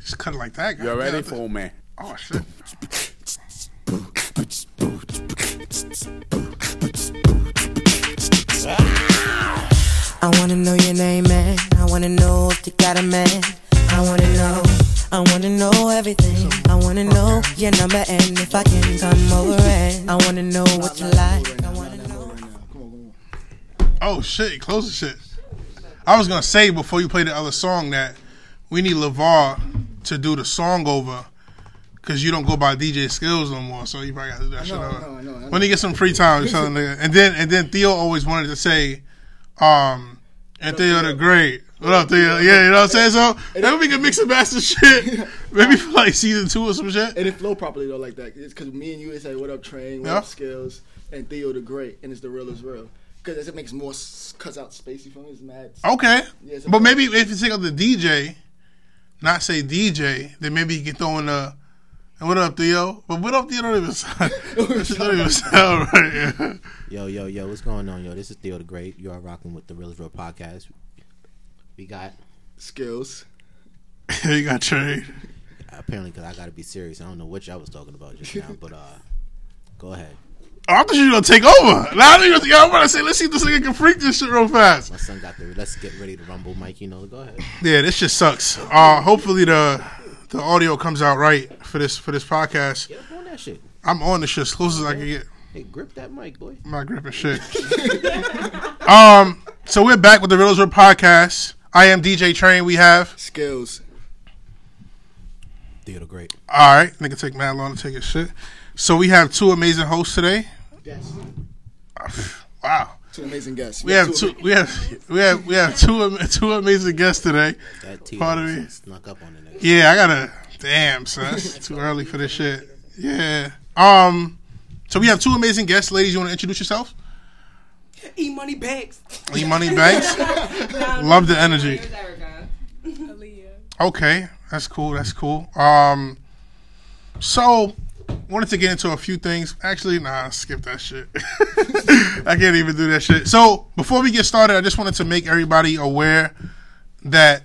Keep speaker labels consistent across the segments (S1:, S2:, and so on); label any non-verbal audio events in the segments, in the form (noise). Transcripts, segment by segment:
S1: Just cut it like that.
S2: You all
S1: goddamn.
S2: ready for old man?
S1: Oh shit.
S3: I wanna know your name, man. I wanna know if you got a man. I wanna know. I wanna know everything. I wanna know your number and if I can come over and I wanna know what you like. I wanna know.
S1: Oh shit. Close the shit. I was gonna say before you play the other song that we need Lavar to do the song over. Cause you don't go by DJ skills no more, so you probably got to do that shit.
S4: know, I
S1: over.
S4: know, I know, I know.
S1: When he gets some free time, you tell the nigga. And then and then Theo always wanted to say, um, and Theo the Great. What up, Theo? Yeah, you know what I'm saying? So maybe we can mix and match the (laughs) shit. Maybe for like season two or some shit.
S4: It didn't flow properly though, like that. It's because me and you, it's like, what up, train? What
S1: Yeah.
S4: up, skills? And Theo the Great, and it's the real is real. Because it makes more s- cuts out space. You feel me? It's mad.
S1: Okay.
S4: Yeah, so-
S1: but maybe if you take out the DJ, not say DJ, then maybe he can throw in a. And what up, Theo? But what up, Theo? Don't even sound. (laughs) that shit don't even sound right. (laughs) Yeah.
S5: Yo, yo, yo, what's going on, yo? This is Theo the Great. You are rocking with the Realest Real Podcast. We got,
S4: Skills.
S1: you got trade.
S5: apparently, because I got to be serious. I don't know what y'all was talking about just now, but uh, go ahead.
S1: Oh, I thought you were gonna take over. Now I thought you were gonna- yo, I'm about to say, let's see if this nigga can freak this shit real fast.
S5: My son got the, let's get ready to rumble, Mike. You know, go ahead.
S1: Yeah, this just sucks. Uh, hopefully the the audio comes out right for this for this podcast.
S5: Get up on that shit.
S1: I'm on this shit as close as I can get.
S5: Hey, grip that mic, boy.
S1: my grip and shit. (laughs) um, so we're back with the Riddles Real podcast. I am DJ Train. We have
S4: Skills.
S5: Theo the Great.
S1: all right. Nigga, take mad long to take his shit. So we have two amazing hosts today. (sighs)
S4: Yes.
S1: Wow,
S4: Two amazing guests.
S1: we have two. (laughs) We have we have we have two am- (laughs) two amazing guests today.
S5: That T
S1: Pardon me.
S5: snuck up on the nigga.
S1: Yeah, I gotta. Damn, son, it's too early for this shit. Yeah. Um. So we have two amazing guests, ladies. You want to introduce yourself?
S6: E Money Bags.
S1: Lee Money Banks. Love the energy.
S6: Erica.
S1: Okay, that's cool. That's cool. Um, so wanted to get into a few things. Actually, nah, skip that shit. (laughs) I can't even do that shit. So before we get started, I just wanted to make everybody aware that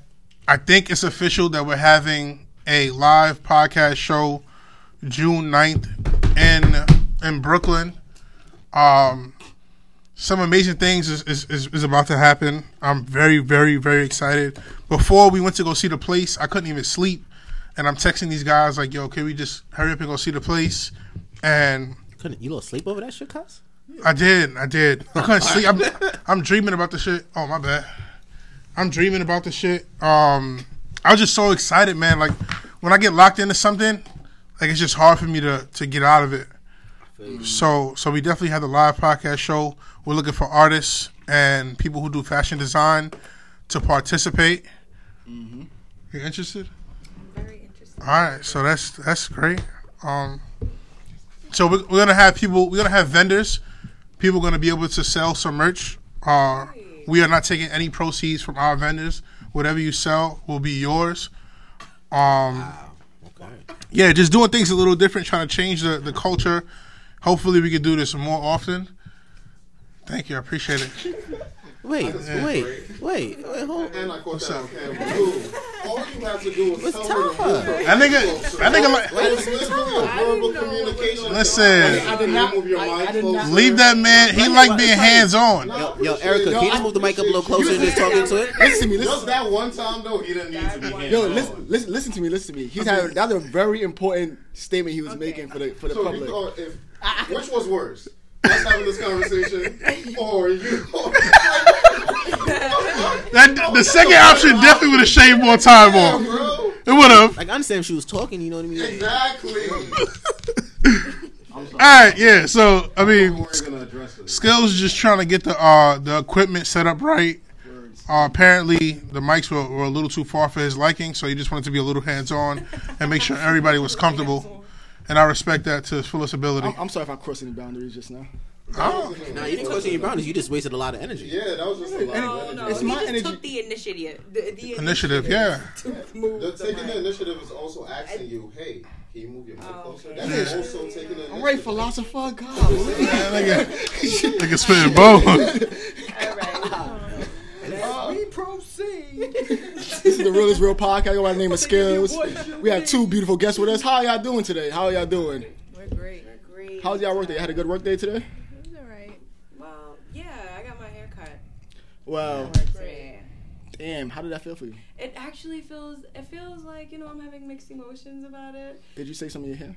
S1: I think it's official that we're having a live podcast show June 9th in in Brooklyn. Um, some amazing things is, is, is, is about to happen. I'm very, very, very excited. Before we went to go see the place, I couldn't even sleep. And I'm texting these guys like, yo, can we just hurry up and go see the place? And
S5: Couldn't, you little sleep over that shit, cuz?
S1: I did, I did. I couldn't sleep. I'm, I'm dreaming about the shit. Oh my bad. I'm dreaming about the shit. Um, I was just so excited, man. Like when I get locked into something, like it's just hard for me to to get out of it. So so we definitely had the live podcast show. We're looking for artists and people who do fashion design to participate. You interested?
S6: Very interesting.
S1: All right, so that's that's great. Um, so we're, we're gonna have people. We're gonna have vendors. People are gonna be able to sell some merch. Uh, we are not taking any proceeds from our vendors. Whatever you sell will be yours. Um,
S5: Okay.
S1: yeah, just doing things a little different, trying to change the, the culture. Hopefully, we can do this more often. Thank you, I appreciate it.
S5: Wait, wait, wait, wait, hold
S7: And I caught
S1: What's
S7: that
S1: up?
S7: on camera. Dude, all you have to do is
S5: What's
S7: tell me the
S5: Tara?
S1: (laughs)
S7: word.
S1: That nigga, that nigga, like,
S7: This is verbal communication.
S1: listen,
S7: did not move your mind closer.
S1: leave that man. He like being hands on.
S5: Yo, yo, Erica, can you just move the mic up a little closer and just talk into it?
S4: Listen to me. Listen.
S7: Just that one time though, he didn't need to be hands
S4: Yo,
S7: on.
S4: listen, listen, listen to me. Listen to me. He's had that's a very important statement he was making for the for the
S7: So you
S4: public.
S7: thought if which was worse? Us having this conversation, or you? Like,
S1: That the second option definitely would have shaved more time off.
S7: bro,
S1: It would have.
S5: Like, I understand if she was talking, you know what I mean?
S7: exactly.
S1: All right, yeah. So I mean,
S7: We're gonna address this.
S1: Skills is just trying to get the uh, the equipment set up right. Uh, apparently, the mics were, were a little too far for his liking, so he just wanted to be a little hands on and make sure everybody was comfortable. And I respect that to his fullest ability.
S4: I'm, I'm sorry if I crossed any boundaries just now.
S5: Nah, you didn't question your boundaries. You just wasted a lot of energy.
S7: Yeah, that was just a lot.
S6: No,
S7: of
S6: no,
S7: energy.
S4: It's
S6: he
S4: my
S6: just
S4: energy.
S6: took the initiative. The, the
S1: Initiative, yeah.
S6: to move
S7: The,
S6: the
S7: taking the
S6: mic.
S7: initiative is also asking you, hey, can you move your mic
S2: Oh,
S7: closer? That's also taking the
S4: All right,
S7: initiative.
S4: philosopher, God.
S1: (laughs) Nigga, nigga spitting bones.
S6: All right.
S7: now.
S6: We proceed.
S4: This is the Real is Real podcast. I go by the name
S6: (laughs)
S4: of Skills.
S6: What you
S4: We have two beautiful guests with us. How y'all doing today? How y'all doing?
S2: We're great.
S6: Great.
S4: How's y'all work day? Had a good work day today?
S2: It was all right.
S6: Well, yeah, I got my hair cut.
S4: Wow.
S6: Yeah.
S4: Damn, how did that feel for you?
S6: It actually feels. It feels like you know I'm having mixed emotions about it.
S4: Did you say some of your hair?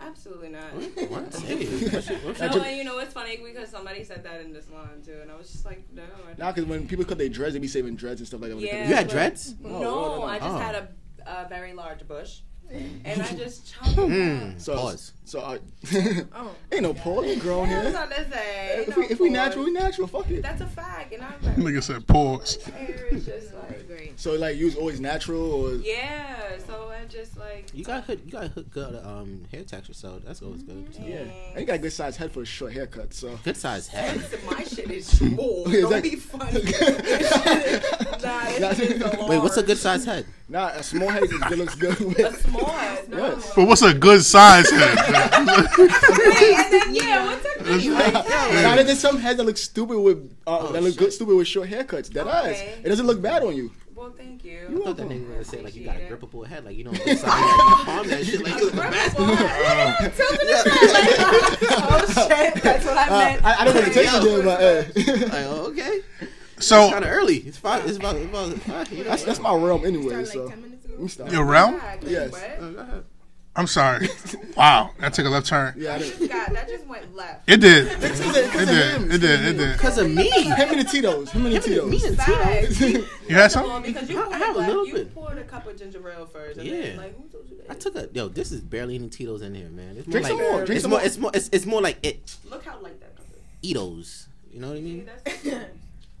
S6: Absolutely not. (laughs)
S5: What? Hey, what's your- what's your-
S6: No, and you know it's funny because somebody said that in this line too, and I was just like, no. I
S4: Nah,
S6: don't.
S4: because when people cut their dreads, they be saving dreads and stuff like that. when they cut
S6: Yeah.
S5: you had dreads?
S6: No,
S4: no, no.
S6: I just
S5: Oh.
S6: had a, a very large
S4: (laughs)
S6: bush, and I just
S4: Hmm.
S6: chopped.
S5: Mm,
S6: it
S4: their- So,
S5: Pause.
S6: (laughs)
S4: So, uh,
S2: Oh.
S4: (laughs) ain't no pause. We grown
S6: up. That's
S4: here.
S6: what I say.
S4: If
S6: No,
S4: we, if we
S6: boy.
S4: natural, we natural. Fuck it.
S6: that's a fact, and I'm like,
S1: Nigga said pause.
S6: hair is just like.
S2: Great.
S4: So like, you was always natural, or
S6: Yeah, so I just like
S5: You got hook, you got hook good um hair texture, so that's always good. So.
S4: yeah, and you got a good sized head for a short haircut. So
S5: Good size head.
S6: (laughs) my shit is small.
S4: (laughs) Yeah,
S6: Don't
S4: exactly.
S6: be (laughs) funny. nah, it's just
S5: Wait, what's a good size (laughs) head?
S4: (laughs) nah, a small head is- it looks good. With.
S6: a small ass? No.
S4: Yes.
S1: But what's a good size head?
S6: Wait, and then yeah, what's a good
S4: Now there's some heads that look stupid with uh, that look good stupid with short haircuts. That eyes.
S6: Okay.
S4: It doesn't look bad on you.
S6: Well, thank you. (laughs)
S5: I thought that nigga was gonna say like you got a grippable head, like you (laughs) know, good size, like, you palm that shit, like you look
S6: First
S5: bad.
S6: of all, yeah, tilt it aside, like, (laughs) oh shit, that's what I meant.
S4: I, I don't want to take you there, but eh.
S5: (laughs) Like, oh, okay,
S1: so
S5: kind of early. It's five. It's about. It's about five, you
S4: (laughs)
S5: know,
S4: that's that's my realm anyway.
S2: Started
S4: So
S2: like 10 minutes ago.
S4: let me stop.
S1: your realm?
S6: God,
S4: Yes.
S6: what?
S1: I'm
S4: (laughs)
S1: sorry. Wow, that took a left turn.
S4: Yeah, I
S6: This
S4: didn't.
S6: guy, that just went left.
S1: It did.
S4: It's
S1: It
S4: 'cause of- 'cause of him.
S1: did. It did. It did.
S5: because of (laughs) me.
S4: Him and the Tito's. Him and the
S5: Me
S4: Tito's.
S5: and Tito.
S6: Facts.
S4: (laughs)
S1: You had
S6: Come on,
S1: some?
S6: because you
S5: I- I
S6: poured,
S5: have a
S6: like,
S5: little
S6: you
S5: bit.
S6: poured a cup of ginger ale first. And
S5: Yeah.
S6: Then, like, who told you that?
S5: I took a yo. This is barely any Tito's in here, man. It's more
S4: Drink
S5: like,
S4: some more, drink
S5: it's
S4: some
S5: more,
S4: more.
S5: It's more. It's, it's more like it
S6: Look how light that cup is.
S5: Eatos. You know what I mean?
S6: That's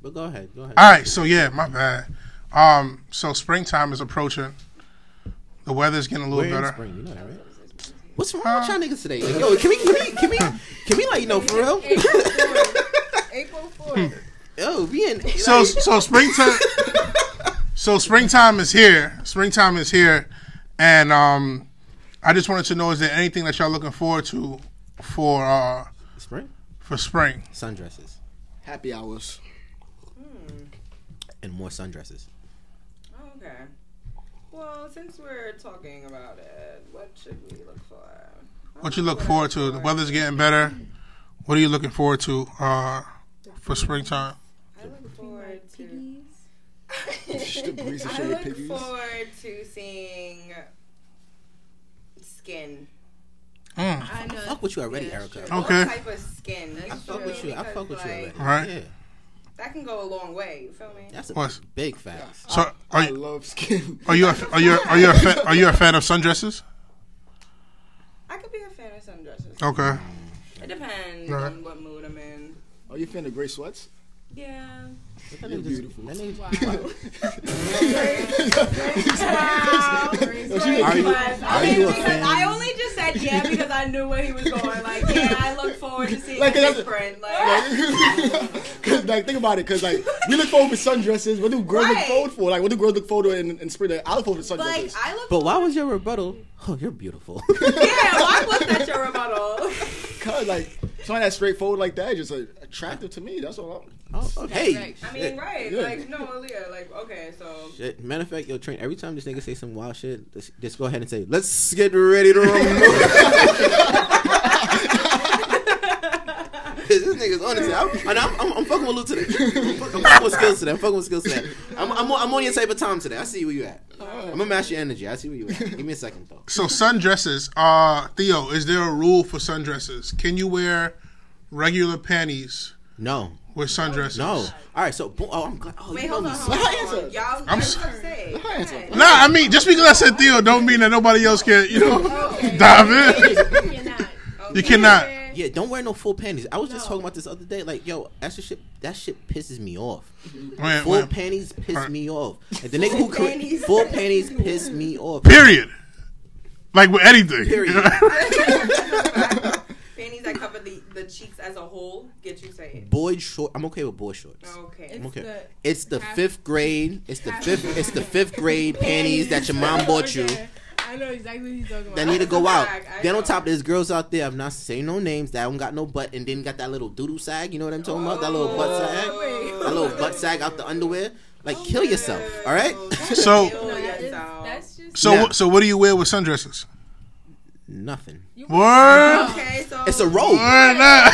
S5: But go ahead. Go ahead.
S1: All right. So yeah, my bad. Um, so springtime is approaching. The weather's getting a little
S5: We're in
S1: better.
S5: spring. You know that, right? What's wrong with y'all niggas today? Like, yo, can we, can we, can we, can we, like, you know, for real? (laughs)
S2: April 4th.
S5: Hmm. Yo, we in. Like,
S1: So so springtime. so springtime is here. Springtime is here, and um, I just wanted to know: is there anything that y'all looking forward to for uh
S5: spring
S1: for spring?
S5: sundresses
S4: Happy hours.
S5: and more sundresses.
S6: Okay. Well, since we're talking about it, what should we look for?
S1: What you look forward to? The weather's getting better. What are you looking forward to uh for springtime?
S6: I look forward to.
S2: Piggies.
S6: (laughs)
S4: Just the breeze and
S6: I
S4: shade
S6: look
S4: of piggies.
S6: forward to seeing skin.
S1: Mm,
S2: I know.
S5: Fuck with you already,
S2: Yeah,
S5: Erica.
S2: sure.
S1: Oh.
S6: All
S1: Okay.
S6: type of skin.
S2: That's
S5: I fuck with you. I fuck with you already.
S1: Right.
S5: Yeah,
S6: That can go a long way. You feel me?
S5: that's a
S1: What?
S5: big fact.
S1: So are
S4: I
S1: you
S4: love skin.
S1: are you a, are you are you a fan, are you a fan of sundresses?
S6: I could be a fan of sundresses.
S5: Oh.
S1: Okay.
S6: It depends
S1: Right.
S6: on what mood I'm in.
S4: (laughs) Are you a fan of gray sweats? (laughs)
S6: Yeah.
S5: That
S4: You're
S5: nigga just-
S4: beautiful.
S5: that nigga-
S6: (laughs) Are
S5: you-
S6: I mean,
S5: you a
S6: because
S5: fan?
S6: I only just said yeah because I knew where he was going. Like, yeah, I look forward to seeing
S4: Like,
S6: a
S4: that's-
S6: different. Like,
S4: Cause like think about it, cause like we look forward for sundresses. What do girls look
S6: Right.
S4: forward for? Like what do girls look forward to in, in spring? Like, I look forward to
S6: like
S4: sundresses.
S6: I look.
S5: But why was your rebuttal? Oh, you're beautiful. (laughs)
S6: yeah, why was that your rebuttal?
S4: Cause like something that's straightforward like that is just like, attractive to me. That's all. I'm,
S5: oh, okay.
S2: right.
S6: I mean, right?
S4: Yeah.
S6: Like, no, Aaliyah. Like, okay, so
S5: Shit. Matter of fact, yo, train. Every time this nigga say some wild shit, just, just go ahead and say, "Let's get ready to rumble." Cause this nigga's on it today. I'm, and I'm, I'm, I'm fucking with Lou today. I'm, fuck- I'm fucking with skills today. I'm fucking with skills today. I'm, I'm, on, I'm on your type of time today. I see where you at. I'm gonna match your energy. I see where you at. Give me a second though.
S1: So sundresses, uh, Theo, is there a rule for sundresses? Can you wear regular panties
S5: No,
S1: with sundresses?
S5: no. All right, so boom. Oh, I'm glad. Oh,
S6: wait,
S5: you know
S6: hold
S5: me.
S6: on,
S5: so-
S6: hold
S4: Let her
S6: on.
S4: answer.
S6: Y'all,
S1: I'm
S6: I'm
S1: sorry.
S6: say.
S4: her answer.
S6: Okay.
S1: Nah, I mean, just because I said Theo, don't mean that nobody else can, you
S6: (laughs)
S1: know,
S6: Okay.
S1: dive in.
S2: You're not.
S1: You cannot.
S5: Yeah, don't wear no full panties. I was just talking about this other day. Like, yo, that's the shit. That shit pisses me off.
S1: Wait,
S5: Full
S1: wait.
S5: panties piss
S1: Alright.
S5: me off. Like the nigga who
S6: Full
S5: cre-
S6: panties.
S5: full panties piss me off.
S1: Period. Like with anything. (laughs)
S5: Period.
S6: Panties that cover the, the cheeks as a whole get you saying.
S5: Boy short. I'm okay with boy shorts.
S6: Okay.
S2: It's
S5: Okay.
S2: the
S5: It's the
S2: Half-
S5: fifth grade. It's the
S2: half- (laughs)
S5: fifth. It's the fifth grade panties that your mom bought you.
S2: I I know exactly what he's talking about.
S5: that
S2: (laughs)
S5: need to go out.
S6: Sag, I
S5: Then on
S6: know.
S5: top, there's girls out there. I'm not saying no names that don't got no butt and then got that little doodle sag. You know what I'm talking about? That little butt sag,
S2: Oh, Wait. Oh
S5: that little butt sag out the underwear. Like kill yourself. All right.
S1: So-
S2: No, that is,
S6: yourself.
S2: that's just.
S1: So,
S5: Yeah.
S1: wh- so what do you wear with sundresses?
S5: (laughs) Nothing.
S1: Word,
S6: okay, so
S5: It's a robe.
S1: word, nah.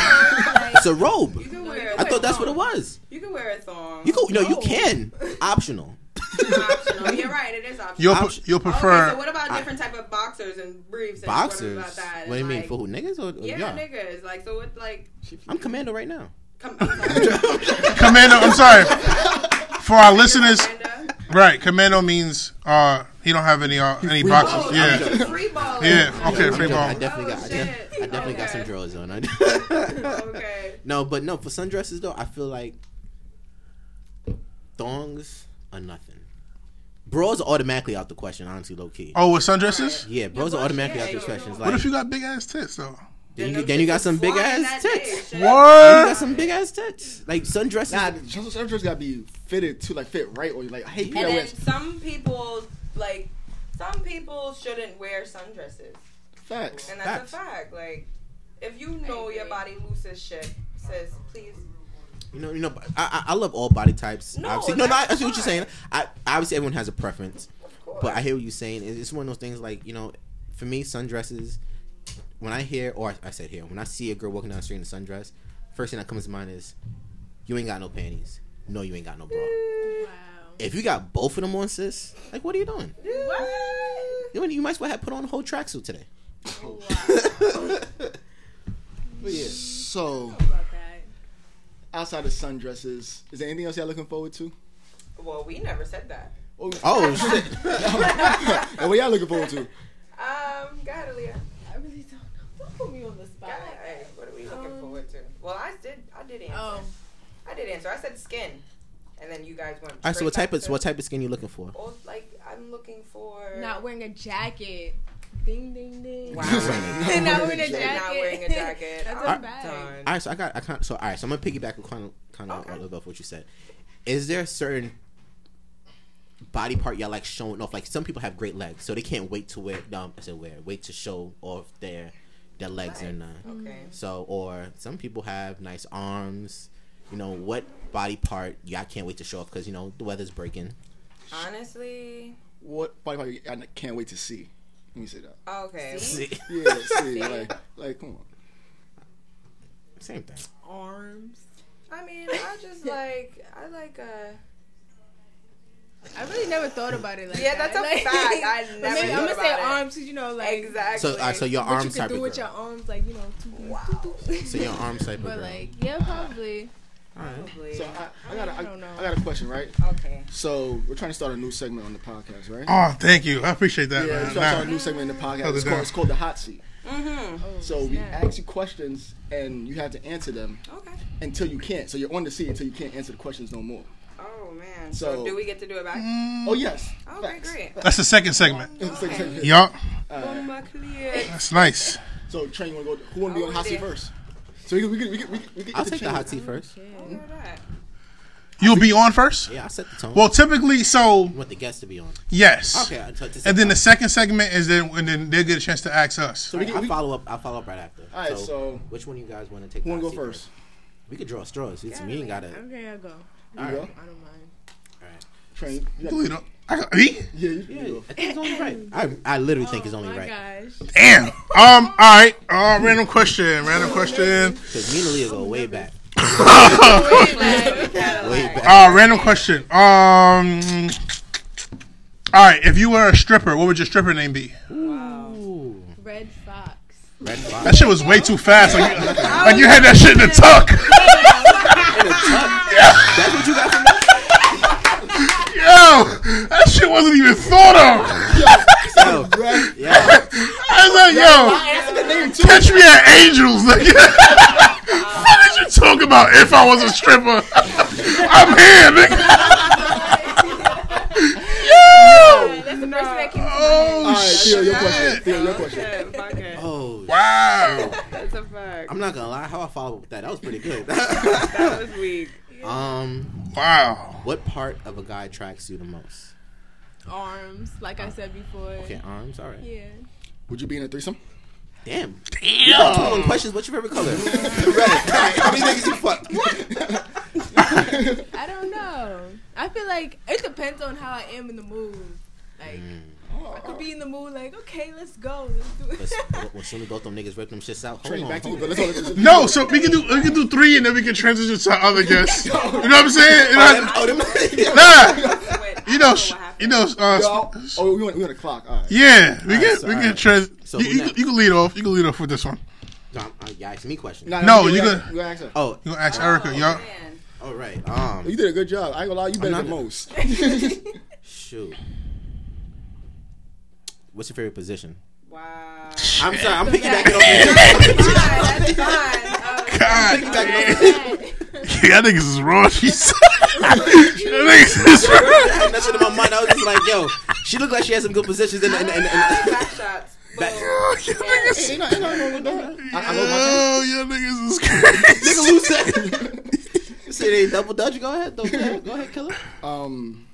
S6: (laughs)
S5: It's a robe.
S6: You can wear.
S5: I thought that's what it was.
S6: You can wear a thong.
S5: You go. No,
S6: (laughs)
S5: you can. Optional.
S6: It's optional. You're right. It is optional.
S1: You'll
S5: I'm
S1: pre-
S5: sh-
S1: you'll
S6: Okay,
S1: prefer
S6: so what about different type of boxers and briefs? And
S5: Boxers.
S6: What, about that?
S5: What do you
S6: And,
S5: mean
S6: like,
S5: for who? Niggas or, or
S6: Yeah,
S5: y'all?
S6: niggas. Like so, with like,
S5: I'm commando right now. (laughs)
S6: come, Amanda.
S1: commando.
S6: (laughs)
S1: I'm sorry for our listeners. Right, commando means uh, he don't have any uh, any
S5: free
S1: boxes.
S5: balling. Oh, I'm
S1: Yeah,
S5: joking.
S6: Oh, free ball.
S1: yeah. Okay, free
S5: I'm joking.
S1: ball.
S5: I definitely got. I,
S6: Oh,
S5: def-
S6: shit.
S5: I definitely got
S6: Okay.
S5: some drawers on. (laughs) I-
S6: Okay.
S5: No, but no, for sundresses though, I feel like thongs are nothing. Bras are automatically out the question, honestly, low key.
S1: Oh, with sundresses?
S5: Yeah, bras are automatically
S6: yeah,
S5: out the
S6: you
S5: question.
S6: know.
S5: It's
S1: What
S5: Like,
S1: if you got big ass tits though?
S5: then, you,
S6: them
S5: then you
S6: shits
S5: got
S6: is
S5: some big
S6: flying that
S5: ass
S6: day.
S5: tits.
S6: Shit.
S5: Then you
S1: Word.
S5: got some big ass tits. Like sundresses.
S4: Nah, the dress dress gotta be fitted to like fit right, or like I hate
S6: And
S4: people that
S6: then
S4: wear
S6: some people like some people shouldn't wear sundresses,
S4: facts.
S6: and that's
S5: Facts.
S6: a fact. Like if you know your body loose as shit, says please.
S5: You know, you know, but I, I I love all body types.
S6: No,
S5: obviously. no, no. I, I
S6: that's
S5: see what you're
S6: fine.
S5: saying. I obviously everyone has a preference,
S6: Of course.
S5: but I hear what you're saying. It's it's one of those things like you know, for me, sundresses. When I hear, or I said here, when I see a girl walking down the street in a sundress, first thing that comes to mind is, you ain't got no panties. No, you ain't got no bra.
S6: Mm.
S5: If you got both of them on, sis, like what are you doing?
S6: What?
S5: You, you might as well have put on a whole tracksuit today.
S6: Oh,
S5: but yeah.
S4: So
S2: About that.
S4: outside of sundresses, is there anything else y'all looking forward to? (laughs)
S6: Well, we never said that.
S4: Oh,
S5: (laughs)
S6: (laughs)
S5: Oh shit.
S4: and what y'all looking forward to?
S6: Um, God, Aaliyah.
S2: I really don't know. Don't put me on the spot.
S6: God, hey, what are we looking
S2: Um,
S6: forward to? Well, I did. I did answer.
S2: Oh,
S6: I did answer. I said skin, and then you guys went.
S5: All right, so
S6: straight
S5: what type
S6: back
S5: of
S6: to-
S5: what type of skin you looking for?
S6: Oh, like I'm looking for
S2: not wearing a jacket. Ding ding ding.
S6: Wow.
S2: (laughs) not wearing a
S6: Not
S2: jacket.
S6: wearing a jacket.
S2: (laughs) That's
S6: I'm
S2: a bag.
S6: done.
S5: All right, so I got I kind of, so all right, so I'm gonna piggyback on kind of kind of
S6: Okay.
S5: all of what you said. Is there a certain body part y'all like showing off? Like some people have great legs, so they can't wait to wear. Um, I said wear, wait to show off their their legs and uh,
S6: Okay.
S5: so or some people have nice arms. You know what body part y'all can't wait to show off because you know the weather's breaking.
S6: Honestly,
S4: What body part you- I can't wait to see? Let me say that.
S6: okay.
S4: Yeah, see, like, like, come on.
S5: (laughs) Same thing.
S2: Arms.
S6: I mean, I
S2: (laughs)
S6: just like I like a.
S2: I really never thought about it like
S6: Yeah,
S2: that. (laughs)
S6: that's a
S2: Like,
S6: fact. I
S2: but
S6: never
S2: Maybe, I'm
S6: thought
S2: gonna say
S6: about it.
S2: arms because you know, like
S6: Exactly.
S5: So all right, so your
S2: what you
S5: arms
S2: can
S5: type
S2: do
S5: of
S2: with your
S5: girl.
S2: arms, like you know, two,
S6: Wow.
S2: (laughs)
S5: So your arms type of
S2: But
S5: girl.
S2: like, yeah, probably.
S5: all right.
S6: Probably.
S4: So I, I got, a, I,
S2: I don't know.
S4: I got a question, right?
S6: uh, okay.
S4: So we're trying to start a new segment on the podcast, right?
S1: Oh, thank you. I appreciate that,
S4: Yeah, we're
S1: man.
S4: trying to
S1: Nah.
S4: start a new segment in the podcast.
S1: Hold it
S4: It's called,
S1: down.
S4: it's called the hot seat.
S6: Mm-hmm.
S2: Oh,
S4: So we
S2: snap.
S4: ask you questions, and you have to answer them
S6: Okay.
S4: until you can't. So you're on the seat until you can't answer the questions no more.
S6: Oh man. So,
S4: So-
S6: do we get to do it back?
S2: Mm-hmm.
S4: Oh yes.
S6: Okay,
S4: Facts. (laughs)
S6: great.
S4: Facts.
S1: That's the second segment.
S4: It's like-
S1: Yup,
S6: Oh my clear.
S1: that's nice.
S4: So train, you want to go? Who want to be on
S6: Oh,
S4: the hot seat
S6: dear.
S4: first? So we could, we could, we could, we could, we could
S5: I'll
S4: get
S5: take the
S4: Train.
S5: hot seat first.
S6: Look at that.
S1: You'll be on first.
S5: Yeah, I set the tone.
S1: Well, typically, so
S5: I want the guests to be on.
S1: yes.
S5: Okay, I- so to set
S1: And then the
S5: the
S1: second segment is then, and then they'll get a chance to ask us.
S4: So we can,
S5: I
S4: we,
S5: follow up. I follow up right after.
S4: All right, so-
S5: which one you guys want to take?
S4: who want
S5: the
S4: to
S5: hot
S4: go
S5: seat
S4: first?
S5: We could draw straws. It's, we ain't got it.
S2: Okay, I'll go.
S4: You
S5: All
S4: go.
S5: right.
S2: I don't mind.
S4: Train. You
S1: Who
S4: got,
S1: you know? I, me?
S4: yeah, you,
S5: Yeah,
S4: you
S5: (laughs)
S4: go.
S5: I think it's only right.
S2: (laughs)
S5: I, I literally think it's
S2: oh
S5: only
S2: my
S5: right.
S2: gosh.
S1: Damn. Um. All right. Uh, random question. Random question.
S5: Because me and Leah go way
S2: (laughs)
S5: back. Way
S6: Cadillac.
S5: back.
S1: Uh, random question. Um. All right. If you were a stripper, what would your stripper name be?
S5: Ooh.
S2: Red fox.
S5: Red Fox.
S1: That shit was way too fast. Like you, like you had that shit in the tuck. (laughs)
S5: That's what you got from that?
S1: Yo, that shit wasn't even thought of.
S5: Yo.
S4: Right.
S5: Oh, Yeah.
S1: I
S4: That's a good name
S1: was like, yo,
S4: too.
S1: catch me at Angels. Like, (laughs) what did you talk about? If I was a stripper, (laughs) I'm here, nigga. (laughs)
S2: That's the first thing that came.
S1: Oh
S4: All right, Theo, your question.
S1: shit!
S4: Theo, your question.
S6: Shit, fuck it.
S5: Oh.
S1: Wow.
S6: That's a fact.
S5: I'm not going to lie. How I follow up with that? That was
S2: (laughs)
S5: pretty good.
S6: That was weak.
S5: (laughs) um,
S1: Wow.
S5: What part of a guy attracts you the most?
S2: arms, like I said before.
S5: Okay, arms. All right.
S2: Yeah.
S4: Would you be in a threesome?
S5: Damn. Damn. Yo,
S4: Oh.
S5: two on questions. What's your favorite color?
S4: (laughs)
S5: right. How many niggas you fucked?
S2: I don't know. I feel like it depends on how I am in the mood. Like I could be in the mood like, okay, let's go, let's do
S5: Let's,
S2: it.
S5: well, soon we both them niggas rip them shits out. Hold
S4: Train
S5: on,
S4: back to you,
S5: hold
S4: but let's all let's-
S5: (laughs)
S1: No, so we can do we can do three and then we can transition to other guests. You know what I'm saying? You
S5: on. (laughs)
S1: know,
S5: Oh, them,
S1: nah,
S6: Wait, I
S1: you
S6: don't
S1: know,
S6: what
S1: sh-
S6: happened.
S1: you know. Uh,
S4: Yo,
S1: s-
S4: oh, we want we want a clock. All right.
S1: yeah, we
S5: Alright,
S1: can
S5: so,
S1: we can
S5: alright.
S1: trans.
S5: So
S1: you,
S5: who
S1: you,
S5: next?
S1: you can lead off. You can lead off with this one.
S5: No, I'm- I- you asked me questions.
S4: Nah,
S1: No,
S4: we- we
S1: you
S4: gotta-
S1: good.
S4: we gotta ask her.
S5: Oh,
S1: You gonna ask Erica? Y'all,
S6: man.
S5: all right. Um,
S4: You did a good job. I ain't gonna lie, you better
S5: not-
S4: than
S5: (laughs)
S4: most. (laughs)
S5: shoot. What's your favorite position?
S6: Wow.
S5: I'm sorry. I'm piggybacking off.
S6: Fine, that's fine. Uh,
S1: God,
S5: Piggybacking
S1: (laughs)
S5: off.
S1: y'all niggas is raw. She's y'all niggas is raw.
S5: I had that shit in my mind. I was just like, yo, she looked like she had some good positions in the. In the, in the, in the
S6: back shots.
S5: Back-
S6: Boom.
S1: Y'all niggas,
S4: Ain't nothing- ain't nothing wrong with that. I- I love my-
S1: oh, y'all niggas is crazy.
S5: nigga, who said? You said they double dutch. Go ahead, double dutch. Go ahead, killer.
S4: Um,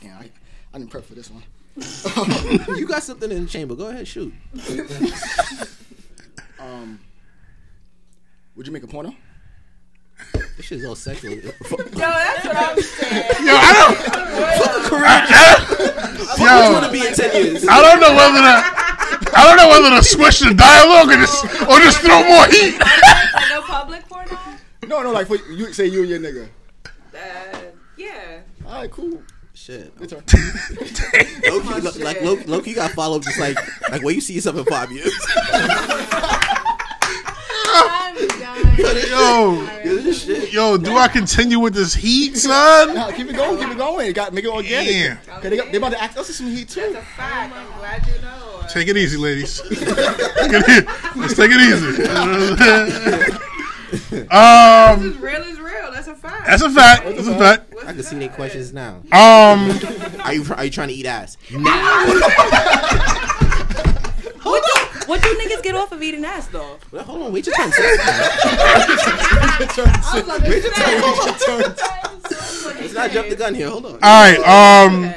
S4: damn, I, I didn't prep for this one.
S5: You got something in the chamber. Go ahead, shoot.
S4: Um, would you make a porno?
S5: This shit's all sexual.
S6: Yo, that's what I was saying.
S1: Yo, I don't.
S5: Yo.
S1: Yo,
S5: want to be in ten years.
S1: I don't know whether to. I don't know whether to switch the dialogue or just or just throw more heat.
S6: Like a public porno?
S4: No, no, like for you say you and your nigga.
S6: Uh, yeah.
S4: All right, cool.
S5: Shit.
S4: Your (laughs) turn.
S5: Loki, lo, like Lo- Loki, you got followed just like like where you see yourself in five years.
S2: I'm done. Oh
S1: Yo,
S5: This shit.
S1: yo, do I continue with this heat, son?
S4: Nah, keep it going, keep it going. Got make it organic.
S1: Damn.
S4: Okay, they, got, they about to ask us for some heat too.
S6: It's a fact. I'm glad you know.
S1: Take it easy, ladies. Take it e- Let's take it easy. um,
S6: It's real is real. That's a fact.
S1: that's a fact. That's a fact.
S6: What's
S5: I can see
S6: good?
S5: their questions now.
S1: Um,
S5: Are you are you trying to eat ass?
S8: What do, what do niggas get off of eating ass though?
S5: Well, hold on, wait your turn. sis.
S6: (laughs)
S5: Let's not jump the gun here. Hold on.
S1: all right. Um,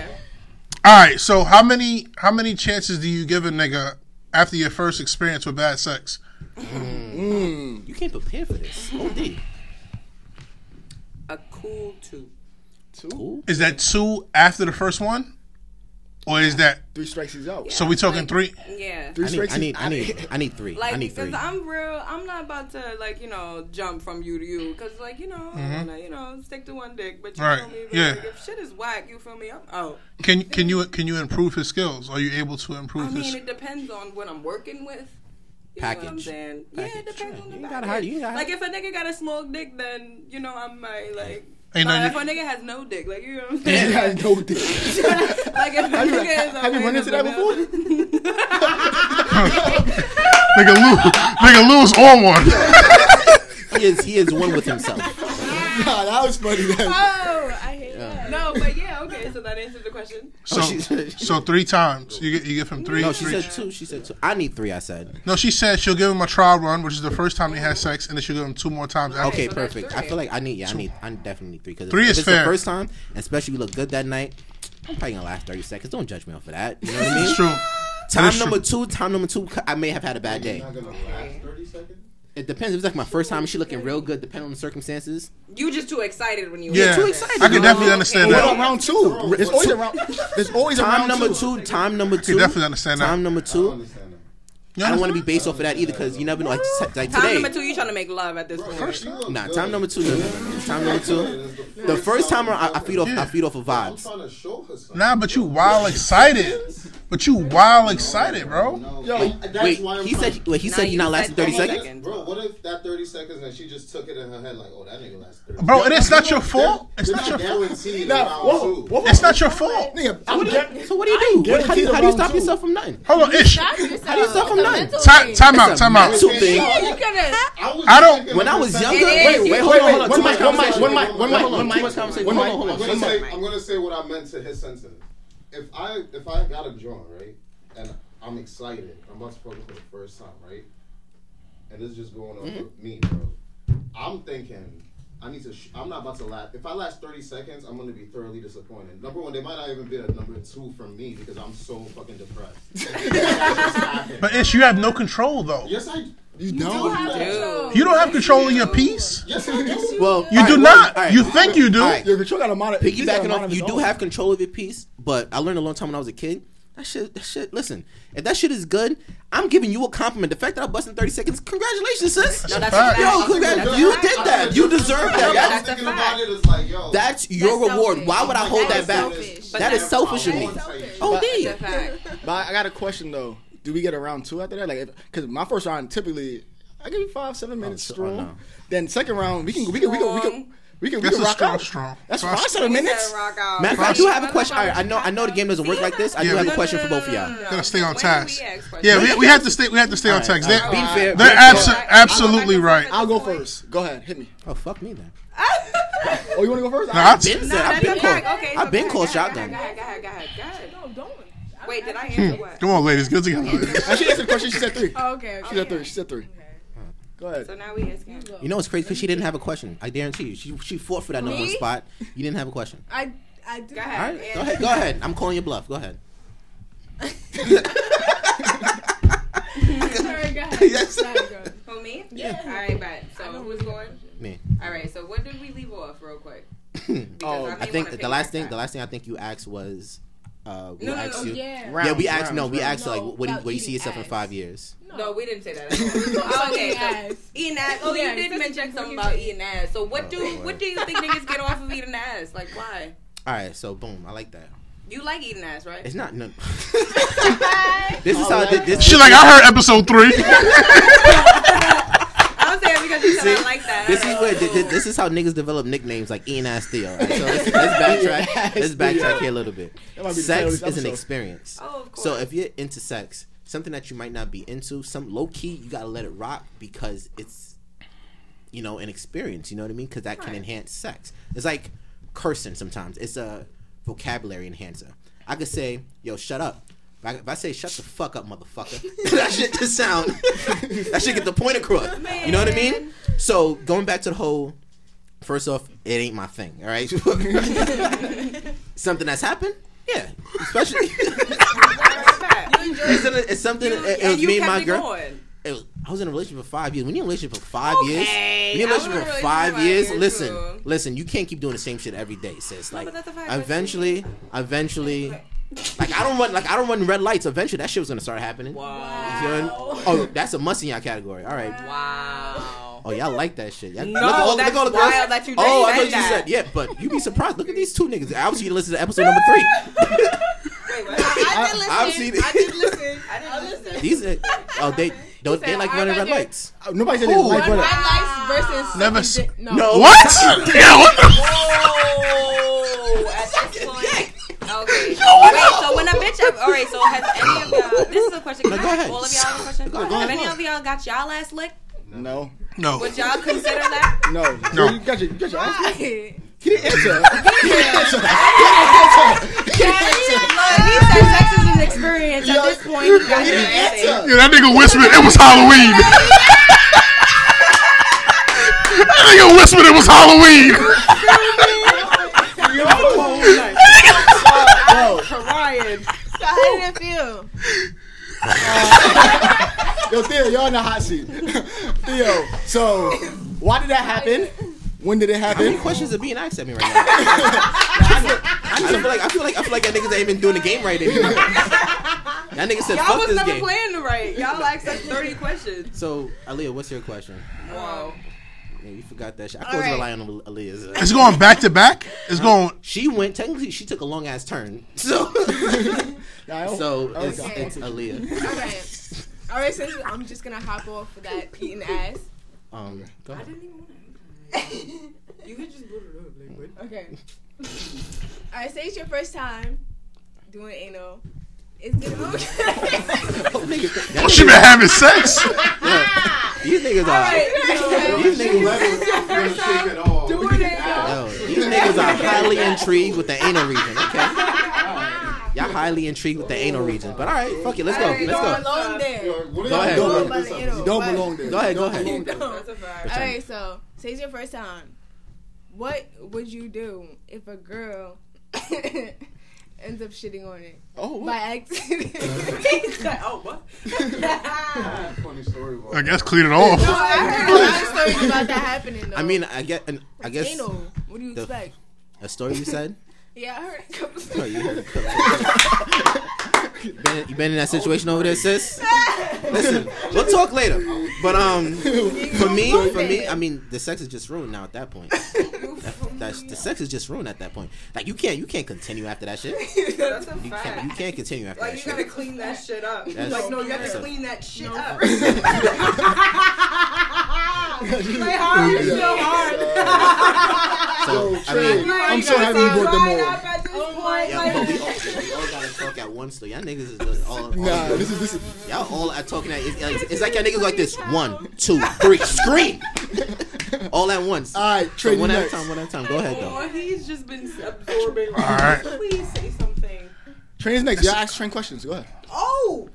S1: all right. So how many how many chances do you give a nigga after your first experience with bad sex?
S5: You can't prepare for this. OD.
S6: A cool two.
S5: Cool.
S1: Is that two after the first one, or is that
S4: Three strikes, he's out.
S1: so we talking three?
S6: Yeah.
S4: Three
S5: I need,
S4: strikes.
S5: I need,
S4: he's-
S5: I need, I need three.
S6: Like,
S5: I need
S6: because
S5: three.
S6: I'm real, I'm not about to, like, you know, jump from you to you. Because, like, you know,
S5: Mm-hmm.
S6: I wanna, you know, stick to one dick. But you
S1: Right,
S6: feel me?
S1: yeah.
S6: Like, if shit is whack, you feel me? I'm out.
S1: Can can you can you improve his skills? Are you able to improve
S6: I
S1: his?
S6: mean, it depends on what I'm working with. You Know what I'm
S5: Package.
S6: saying? Yeah, it
S5: Package,
S6: depends
S5: yeah.
S6: on the
S5: You gotta
S6: package.
S5: hire- you gotta-
S6: like if a nigga got a small dick, then you know I'm my like.
S1: Ain't
S6: but
S1: nothing
S6: if
S1: you-
S6: a nigga has no dick, like you know what I'm saying. (laughs)
S1: (laughs)
S4: I know this.
S6: like if a
S4: Have you,
S6: nigga is
S4: have you run into that before?
S6: (laughs)
S1: nigga Lou, nigga Lou's on one.
S5: (laughs) he is, he is one with
S6: (laughs)
S5: himself.
S4: nah, (laughs) that was funny. That.
S2: Oh, I hate that.
S6: No, but yeah, okay. So that answers the question.
S1: So
S5: she-
S1: so three times you get you give him three.
S5: No, she
S1: three-
S5: said two. She said two. I need three. I said.
S1: no, she said she'll give him a trial run, which is the first time they had sex, and then she'll give him two more times. After.
S5: Okay,
S6: so that's
S5: perfect.
S6: three.
S5: I feel like I need. Yeah, I need. I definitely need three. Because
S1: Three
S5: if
S1: is
S5: it's
S1: fair.
S5: the first time, and especially you look good that night. I'm probably gonna last thirty seconds. Don't judge me off for that. You know what I mean?
S1: (laughs) it's true. That
S5: Time
S1: is
S5: number two. Time number two. I may have had a bad day.
S7: Not gonna last 30 seconds?
S5: It depends. If it's like my first time, she looking real good. Depending on the circumstances.
S6: You just too excited when you.
S1: Yeah,
S5: too excited.
S1: I can definitely
S6: Oh,
S1: understand
S4: What
S1: that.
S4: about round two? It's always a round. There's always a
S5: Time
S4: round
S5: number
S4: two.
S5: two. Time number two.
S1: definitely understand that.
S5: Time number
S7: I
S5: two.
S7: understand that.
S1: You
S5: I don't want
S1: understand?
S5: to be based off of that either. Because you never know. Like, t- like
S6: Time
S5: today.
S6: number two, you trying to make love at this point.
S7: You look
S5: Nah,
S7: good.
S5: time number two. No, no, no. Time number two.
S7: It's
S5: The first time around, I, I feed off.
S1: Yeah.
S5: I feed off of
S7: I'm
S5: vibes.
S7: trying to show her something.
S1: Nah, but you wild excited. But you wild excited, bro.
S7: No,
S4: Yo,
S7: that's
S5: Wait,
S7: why I'm
S5: he said.
S7: trying-
S5: Wait, he
S6: Nah,
S5: said he
S6: you
S5: not
S6: said
S5: lasting thirty
S6: 30
S5: seconds.
S6: seconds.
S7: Bro, what if that 30 seconds and she just took it in her head like, oh, that nigga lasted 30
S1: Bro, and it's not your fault. It's not your fault.
S7: guaranteed
S4: (laughs) Nah,
S7: round
S4: whoa,
S7: two.
S4: whoa,
S1: It's not your fault.
S4: Nigga, I'm get-
S5: So what do you do? What, how do you, how do you stop
S4: Guaranteed
S5: yourself from nothing?
S1: Hold on, ish.
S2: Stop yourself.
S5: How do you stop from
S2: It's a
S5: nine?
S2: mental
S1: Time
S2: thing.
S1: time out. Time out.
S5: Mental thing.
S2: You couldn't.
S7: I, was
S1: I don't-
S7: thinking
S5: When I
S7: the
S5: was
S7: second-
S5: younger,
S6: It is.
S5: wait, wait, hold on, hold
S4: Wait,
S5: on. Two mic,
S4: wait,
S5: one
S4: wait,
S5: mic,
S4: one mic, one mic,
S5: Hold
S4: one
S5: on, too
S4: mic,
S5: much conversation.
S4: one
S5: Hold
S4: mic,
S5: on, hold on.
S7: I'm gonna, say, I'm gonna say what I meant to his sentence. If I if I got a joint, right, and I'm excited, I'm about to fuck her for the
S5: Mm-hmm.
S7: first time, right, and this is just going on with me, bro. I'm thinking I need to. Sh- I'm not about to last. If I last 30 seconds, I'm gonna be thoroughly disappointed. Number one, they might not even be at number two for me because I'm so
S5: (laughs)
S7: fucking depressed.
S1: But Ish, you have no control though.
S7: yes, I.
S4: You
S6: You
S4: don't.
S6: have control.
S1: You don't have control of your piece.
S7: Yes, I do.
S5: Well,
S1: You
S5: all
S1: do
S5: right, well,
S1: not.
S5: all right.
S1: You think you do.
S5: All right.
S4: Your control got a monitor.
S5: piggybacking off, you do have control of your piece, but I learned a long time when I was a kid. That shit, that shit. Listen, if that shit is good, I'm giving you a compliment. The fact that I bust in 30 seconds, congratulations, sis.
S1: a
S8: that's
S1: fact.
S8: a
S5: Yo,
S8: fact.
S5: congrats,
S8: That's
S5: you
S8: a fact.
S5: did that. You deserve that.
S7: I was
S5: That's,
S8: That's a
S7: thinking
S8: fact.
S7: about it. It's like, yo,
S5: that's your
S2: That's
S5: reward.
S2: selfish.
S5: Why would I hold
S2: That
S5: that
S2: is
S5: back?
S2: selfish.
S5: That is selfish of
S7: I
S5: me.
S7: won't say it.
S5: Oh,
S6: That's a
S5: damn.
S6: fact.
S4: But I got a question though. Do we get a round two after that? Like, because my first round typically I give you five, seven minutes
S5: so- oh,
S4: strong.
S5: no.
S4: Then second round we can we can we can we can we can, we
S1: That's
S4: can
S1: a
S4: rock
S1: strong,
S4: out.
S1: strong.
S4: That's
S1: Strong.
S4: five, seven minutes.
S6: Said rock out.
S5: Matter of fact, I do have a question. All right, I know, I know the game doesn't work like this. I do
S1: Yeah,
S5: have
S1: we-
S5: a question for both of y'all.
S1: Gotta stay on
S6: When do
S1: task.
S6: we ask questions?
S1: Yeah, we, we have to stay. We have to stay on text. They're,
S5: Being fair,
S1: they're
S5: being
S1: abso-
S5: fair.
S1: absolutely right.
S4: I'll go first. Go ahead, hit me.
S5: Oh fuck me then.
S4: Oh, you want to go first?
S1: No, I-
S6: No,
S5: Been said. I've
S6: that's a
S5: been called.
S6: fact. Okay,
S5: I've
S6: so
S5: been
S6: go
S5: called
S6: ahead, go ahead,
S5: shotgun.
S6: Go ahead, go ahead, go ahead, go ahead.
S2: No, don't. I-
S6: Wait, did I
S2: I-
S6: (laughs) answer what?
S1: Come on, ladies, get it together. (laughs)
S4: Actually, that's the question. She said three.
S2: Oh, okay.
S4: She
S2: okay.
S4: said three. She said three.
S6: So
S4: Go ahead.
S6: now we asking.
S5: You know what's crazy? Because she didn't have a question. I guarantee you. She she fought for that number one
S2: Me?
S5: spot. You didn't have a question.
S2: I I do.
S6: Go
S5: All
S6: ahead.
S5: right, go ahead. Go ahead. I'm calling your bluff. Go ahead.
S2: Sorry, go ahead.
S5: Yes.
S2: Sorry, go ahead.
S6: For me? Yeah. All right, bet. So who's going?
S5: Me.
S6: All right. So what did we leave off real
S5: (laughs)
S6: quick?
S4: Oh,
S5: I think the last thing. The last thing I think you asked was. Uh, we
S6: No, no,
S5: asked
S6: no,
S5: you.
S2: Yeah.
S5: Yeah, we asked. no, we asked like,
S2: No,
S5: what do you,
S2: about
S5: where you see
S2: eating
S5: yourself in
S2: ass.
S5: five years?
S6: No, we didn't say that.
S2: (laughs)
S6: At all. Oh, okay.
S2: Eating
S6: So
S2: ass.
S6: eating ass. Oh,
S2: Yeah,
S6: you did
S2: that's
S6: mention
S2: exactly
S6: something
S2: what you
S6: about
S2: did.
S6: eating ass. So what do
S5: word.
S6: what do you think niggas get off of eating ass? Like why?
S5: All right, so boom, I like that.
S6: You like eating ass, right?
S5: It's not none. (laughs) this is how I did this.
S1: She like I heard episode (laughs) three.
S6: I was saying because you said I like that.
S5: This is
S6: Alright,
S5: where
S6: cool.
S5: th- th- this is how niggas develop nicknames like Ian Ass Theo. Alright, so let's, let's backtrack. Let's backtrack here a little bit.
S4: That might be the title of
S5: Sex
S4: this
S5: is an
S4: episode.
S5: experience.
S6: Oh, of course.
S5: So if you're into sex, something that you might not be into, some low key, you gotta let it rock because it's, you know, an experience. You know what I mean? Because that can
S6: Right.
S5: enhance sex. It's like cursing sometimes. It's a vocabulary enhancer. I could say, "Yo, shut up." If I, if I say "shut the fuck up, motherfucker," (laughs) that shit just sound. (laughs) that shit get the point across. You know what I mean? So going back to the whole. First off, it ain't my thing.
S6: (laughs)
S5: All right. (laughs) something that's happened. Yeah,
S6: (laughs)
S5: especially.
S6: Alright, bet. You enjoy-
S5: It's, in a- it's something.
S6: you-
S5: it, it
S6: and
S5: was
S6: you
S5: me and
S6: kept
S5: my
S6: it
S5: girl.
S6: going.
S5: It was, I was in a relationship for five years. When you're in a relationship for five years,
S6: Okay,
S5: when you're in
S6: I
S5: a
S6: was in a
S5: relationship for
S6: relationship
S5: five
S6: for
S5: years,
S6: five years,
S5: listen,
S6: too.
S5: listen, you can't keep doing the same shit every day, sis. Like,
S6: but that's a fact, but-
S5: eventually, eventually, like I don't run, like I don't run red lights. Eventually, that shit was gonna start happening. You know what I mean? Oh, that's a must in y'all category. All right.
S6: Wow.
S5: Oh, y'all like that shit. Y'all,
S6: No,
S5: at all-
S6: that's
S5: at all the
S6: wild
S5: girls-
S6: that you
S5: Oh, I
S6: said
S5: thought you
S6: that.
S5: said yeah, but you'd be surprised. Look at these two niggas. Obviously, you listen to episode number
S6: (laughs)
S5: three.
S6: Wait, what?
S2: I did listen.
S5: I've seen it.
S2: I did listen.
S6: (laughs) I didn't listen.
S5: These are, oh they don't they
S2: said,
S5: like
S2: "I
S5: running
S2: read
S5: red
S2: your-
S5: lights.
S4: Uh, Nobody said they
S5: Ooh.
S4: like
S2: One
S4: what.
S2: red
S6: Ah.
S2: lights versus
S1: Never
S2: second
S1: s-
S2: di- no.
S1: what? Yeah, what the?
S6: Oh, at this
S2: (laughs)
S6: point. Okay. Wait, so when a bitch, up, all right, so has any of y'all, this is a question, can
S5: No,
S6: I
S5: go
S6: ask
S5: ahead.
S6: all of y'all a question?
S5: Go ahead, go
S6: Have
S5: ahead.
S6: any of y'all got y'all ass licked?
S4: No,
S1: No.
S6: Would y'all consider
S2: (laughs)
S6: that?
S4: no,
S1: No.
S4: You got your, you got your ass.
S2: Why?
S4: He didn't answer.
S6: Look, he said sex is an experience. At this point, you got your ass licked.
S1: Yeah, that nigga whispered it was (laughs) Halloween. that nigga whispered it was Halloween.
S2: (laughs)
S6: Ryan.
S2: So how did it feel?
S4: (laughs) Yo, Theo, you're in the hot seat. (laughs) Theo, so why did that happen? When did it happen?
S5: Questions are being asked at me right now. I, just feel like I feel like I feel like that niggas ain't even doing the game right anymore. that nigga said
S6: Y'all
S5: fuck
S6: was
S5: this
S6: never
S5: game.
S6: playing the right.
S2: (laughs)
S6: Y'all asked us 30 questions.
S5: So Aaliyah, what's your question?
S6: Wow.
S5: Yeah, you forgot that shit. I was
S2: right.
S5: relying on Aaliyah's. uh,
S1: It's going back to back. It's going.
S5: She went technically. She took a long ass turn. (laughs) So
S4: Nah, I don't-
S5: so
S4: I don't
S5: it's,
S4: got
S5: it's
S4: it.
S5: Aaliyah.
S2: All right. All right. Since I'm just gonna hop off for that eating ass.
S5: Um, go ahead.
S6: You could just put it up.
S2: Okay. (laughs) All right. Say it's your first time doing anal. It's (laughs) gonna okay.
S5: Oh, nigga,
S1: Well, she been having sex.
S5: these niggas are. These niggas.
S7: Gonna shake it off.
S5: Yo, these niggas are highly intrigued with the anal region. Okay. Y'all highly intrigued with the anal region. But all right, fuck it. Let's go.
S2: You don't
S5: Let's go.
S2: belong there.
S7: Yo, what are
S5: Go
S7: y'all
S5: ahead.
S7: doing?
S2: Don't belong
S7: This episode?
S2: there.
S4: You don't belong there.
S5: Go
S4: You
S5: ahead, go
S4: don't
S5: ahead.
S4: belong there.
S2: All right. So say it's your first time. What would you do if a girl ends up shitting on it
S5: Oh,
S2: by
S5: what?
S2: accident?
S6: He's like, oh, what?
S7: Funny story. About
S1: I guess clean it off.
S2: no, I heard a lot of stories about that happening. Though.
S5: I mean, I get, and I guess
S2: anal. What do you
S5: the-
S2: expect?
S5: a story you said.
S2: (laughs) Yeah, I heard a couple.
S5: Oh, you, heard it. been, (laughs) you been in that situation over there, sis? Listen, we'll talk later. But um, for me, for me, I mean, the sex is just ruined now at that point. That- that's the sex is just ruined at that point. Like you can't, you can't continue after
S2: (laughs)
S5: that shit.
S6: That's a
S5: You can't, you
S6: fact.
S5: can't continue after
S6: Like
S5: that
S6: you gotta
S5: shit.
S6: clean that shit up.
S5: That's-
S6: like no, you have
S5: that's
S6: to
S5: a-
S6: clean that shit
S2: (laughs)
S6: up. Play hard, it's so
S2: (laughs)
S6: hard.
S5: So
S4: Yo,
S5: I
S4: Trey,
S5: mean,
S4: I'm so happy you brought
S6: Dried
S4: them all.
S6: up at this point,
S5: yeah, but
S6: like-
S5: we all, we all gotta talk at once though. Y'all niggas is just all, all
S4: Nah, this is this is
S5: y'all all at talking at. It's like, it's like y'all niggas like this. One, two, three, scream. All at once.
S4: all right.
S5: So
S4: Trey, you
S5: one at a
S4: next.
S5: time, one at a time. Go ahead
S6: Or
S5: though.
S6: Oh, he's just been absorbing.
S1: All right.
S6: Please say something.
S4: Trey's next. Y'all ask Trey questions. Go ahead.
S6: Oh.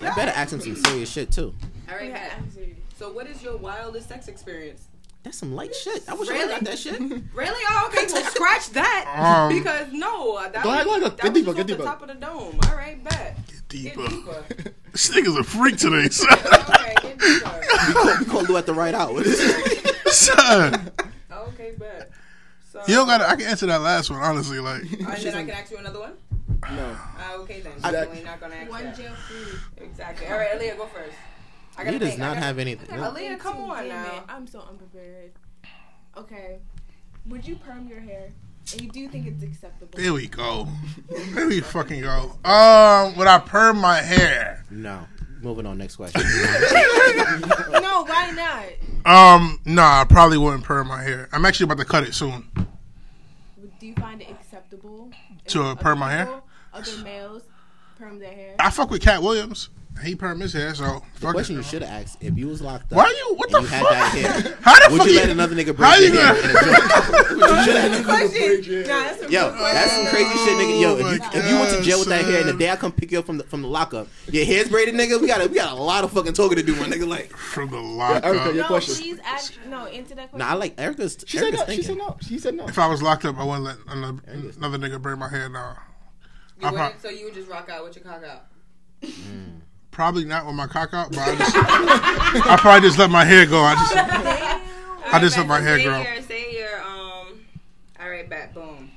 S5: You better ask him some serious shit too.
S6: All right, Pat. So, what is your wildest sex experience?
S5: That's some light shit. I wish I
S6: Really?
S5: got that shit.
S6: Really? Oh, okay. (laughs) Well, scratch that
S1: Um,
S6: because no, that
S4: Go
S6: was,
S4: ahead, go ahead, go.
S6: that
S4: Get
S6: was
S4: deeper,
S6: just
S4: get
S6: off the
S4: deeper.
S6: top of the dome. All right, bet. Get
S1: Deeper.
S6: deeper.
S1: This nigga's a freak today, son. (laughs)
S6: Okay, get deeper.
S5: We call, we call Lou at the right hour. (laughs)
S1: son.
S6: Okay, bet. So, oh,
S1: You don't gotta. I can answer that last one honestly. Like,
S6: And then I can ask you another one.
S4: No.
S6: Ah, okay then.
S4: I-
S6: so we're not gonna ask
S2: One
S6: that.
S2: jail food.
S6: Exactly. All right, Aaliyah, go first. I gotta
S5: he does
S6: think,
S5: not
S6: I gotta-
S5: have anything. No.
S6: Aaliyah, come
S2: Damn
S6: on
S2: it,
S6: now.
S2: I'm so unprepared. Okay. Would you perm your hair? And you do think it's acceptable?
S1: there we go. There we fucking go. Um, would I perm my hair?
S5: No. Moving on. Next question.
S2: no, why not?
S1: Um, nah, I probably wouldn't perm my hair. I'm actually about to cut it soon.
S2: Do you find it acceptable?
S1: To,
S2: if
S1: uh,
S2: other
S1: perm my hair?
S2: people, Other males perm their hair.
S1: I fuck with Cat Williams. He perm his hair, so
S5: the
S1: fuck
S5: question you
S1: it.
S5: should have asked: If you was locked up,
S1: Why you? What the
S5: and you had
S1: fuck?
S5: that hair,
S1: How the
S5: would
S1: fuck
S5: you let another nigga
S1: how
S5: break
S1: you
S5: your hair?
S1: gonna-
S5: in a joint? Would you let another-
S6: Question. Nah, that's a
S5: Yo,
S6: real question.
S5: that's some crazy shit, nigga. Yo, if
S1: my
S5: you, if you went to
S1: God,
S5: jail with that hair, and the
S1: son.
S5: day I come pick you up from the from the lockup, your hair's braided, nigga. We got we got a lot of fucking talking to do, my nigga. Like,
S1: From the
S4: Erica,
S1: lockup.
S4: your
S2: no,
S4: question.
S2: please ask. No, answer that question.
S5: nah, I like Erica's.
S4: She said
S5: Erica's
S4: no.
S5: thinking.
S4: She said no. She said no.
S1: If I was locked up, I wouldn't let another, another nigga braid my hair. Nah,
S6: You
S1: I'm
S6: wouldn't,
S1: not-
S6: so you would just rock out with your cock out.
S1: probably not with my cock out, but I, just, I probably just let my hair go. I just
S2: (laughs)
S1: I just let my hair
S6: say
S1: grow.
S6: Your, say your um. All right, back boom.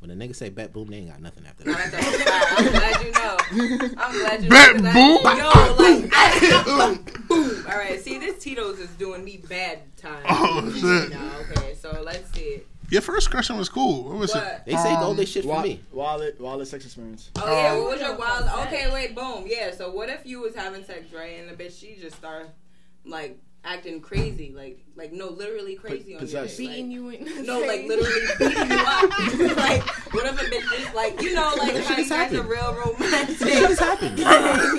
S5: When a nigga say bet boom, they ain't got nothing after
S6: Now,
S5: that.
S6: that's a- I'm glad you know. I'm glad you
S1: Bet
S6: know. 'cause
S1: boom?
S6: I, yo, like, I- boom. All right, see, this Tito's is doing me bad time.
S1: Oh shit!
S6: No, okay, so let's see it.
S1: Your first question was cool. What was it?
S6: What?
S5: They
S4: Um,
S5: say all this shit for
S4: Wa- (laughs)
S5: me.
S4: Wallet, wallet, sex experience.
S6: Oh yeah, what was your wild? Okay, wait, boom, yeah. So what if you was having sex, right, and the bitch she just started like acting crazy, like like no, literally crazy on
S4: possessed.
S6: you, bitch,
S2: Beating
S6: like,
S2: you in.
S6: No, like
S2: (laughs)
S6: literally beating you up. (laughs) like what if a bitch just like you know like
S5: That shit
S6: how you
S5: has
S6: guys are
S5: happened.
S6: real
S5: This shit
S6: romantic.
S5: has happened. (laughs)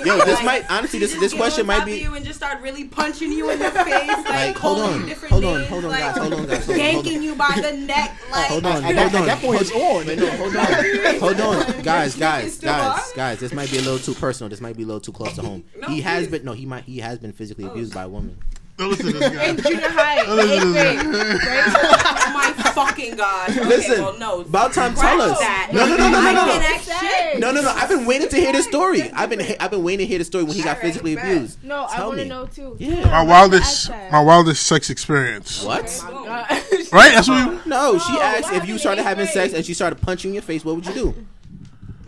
S5: Yo, this might honestly this
S6: Just
S5: this
S6: get
S5: question
S6: on top
S5: might
S6: of
S5: be
S6: you and just start really punching you in the
S5: (laughs)
S6: face, like,
S5: like hold
S6: calling
S5: on,
S6: you different
S5: hold on,
S6: names,
S5: hold on,
S6: like,
S5: guys, hold on, guys, hold on, hold on.
S6: yanking you by
S5: (laughs)
S6: the neck, like
S5: Hold on,
S4: At
S5: hold
S4: that, at that
S5: on,
S4: point, it's on.
S5: Wait, no, hold on, (laughs) hold on, guys, guys,
S6: still
S5: guys,
S6: on?
S5: guys. This might be a little too personal. This might be a little too close to home.
S6: No,
S5: he has
S6: please. Oh.
S5: been no, he might he has been physically abused by a woman.
S1: Don't listen to this guy.
S2: Junior
S5: (laughs)
S2: high.
S1: Don't listen to
S2: eighth grade.
S1: this guy.
S6: oh my fucking god. Okay,
S5: Listen,
S6: well, no,
S5: About time, tell us.
S6: that.
S5: No, no, no, no, no, no.
S6: That shit.
S5: No, no, no! I've been waiting to hear this story. I've been I've been waiting to hear the story when he got
S6: Alright,
S5: physically
S6: bet.
S5: abused.
S2: No, I
S5: Tell
S2: want to
S5: me.
S2: know too.
S5: Yeah.
S1: My wildest, my wildest sex experience.
S5: What?
S6: Boom.
S1: Right? That's what
S5: No, she asked
S2: why
S5: if you
S2: did
S5: started
S2: they
S5: having
S2: wait?
S5: sex and she started punching you in your face. What would you do?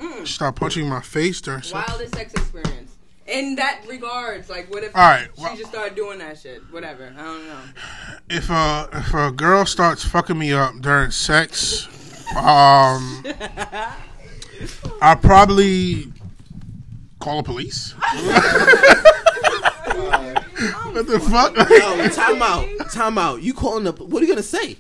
S1: you stop punching my face during sex.
S6: Wildest sex experience. In that regards, like what if
S1: Alright,
S6: she
S1: well-
S6: just started doing that shit? Whatever. I don't know.
S1: If a if a girl starts fucking me up during sex, um, I probably call the police. (laughs) what the fuck?
S5: No, time out, time out. You calling up? What are you gonna say?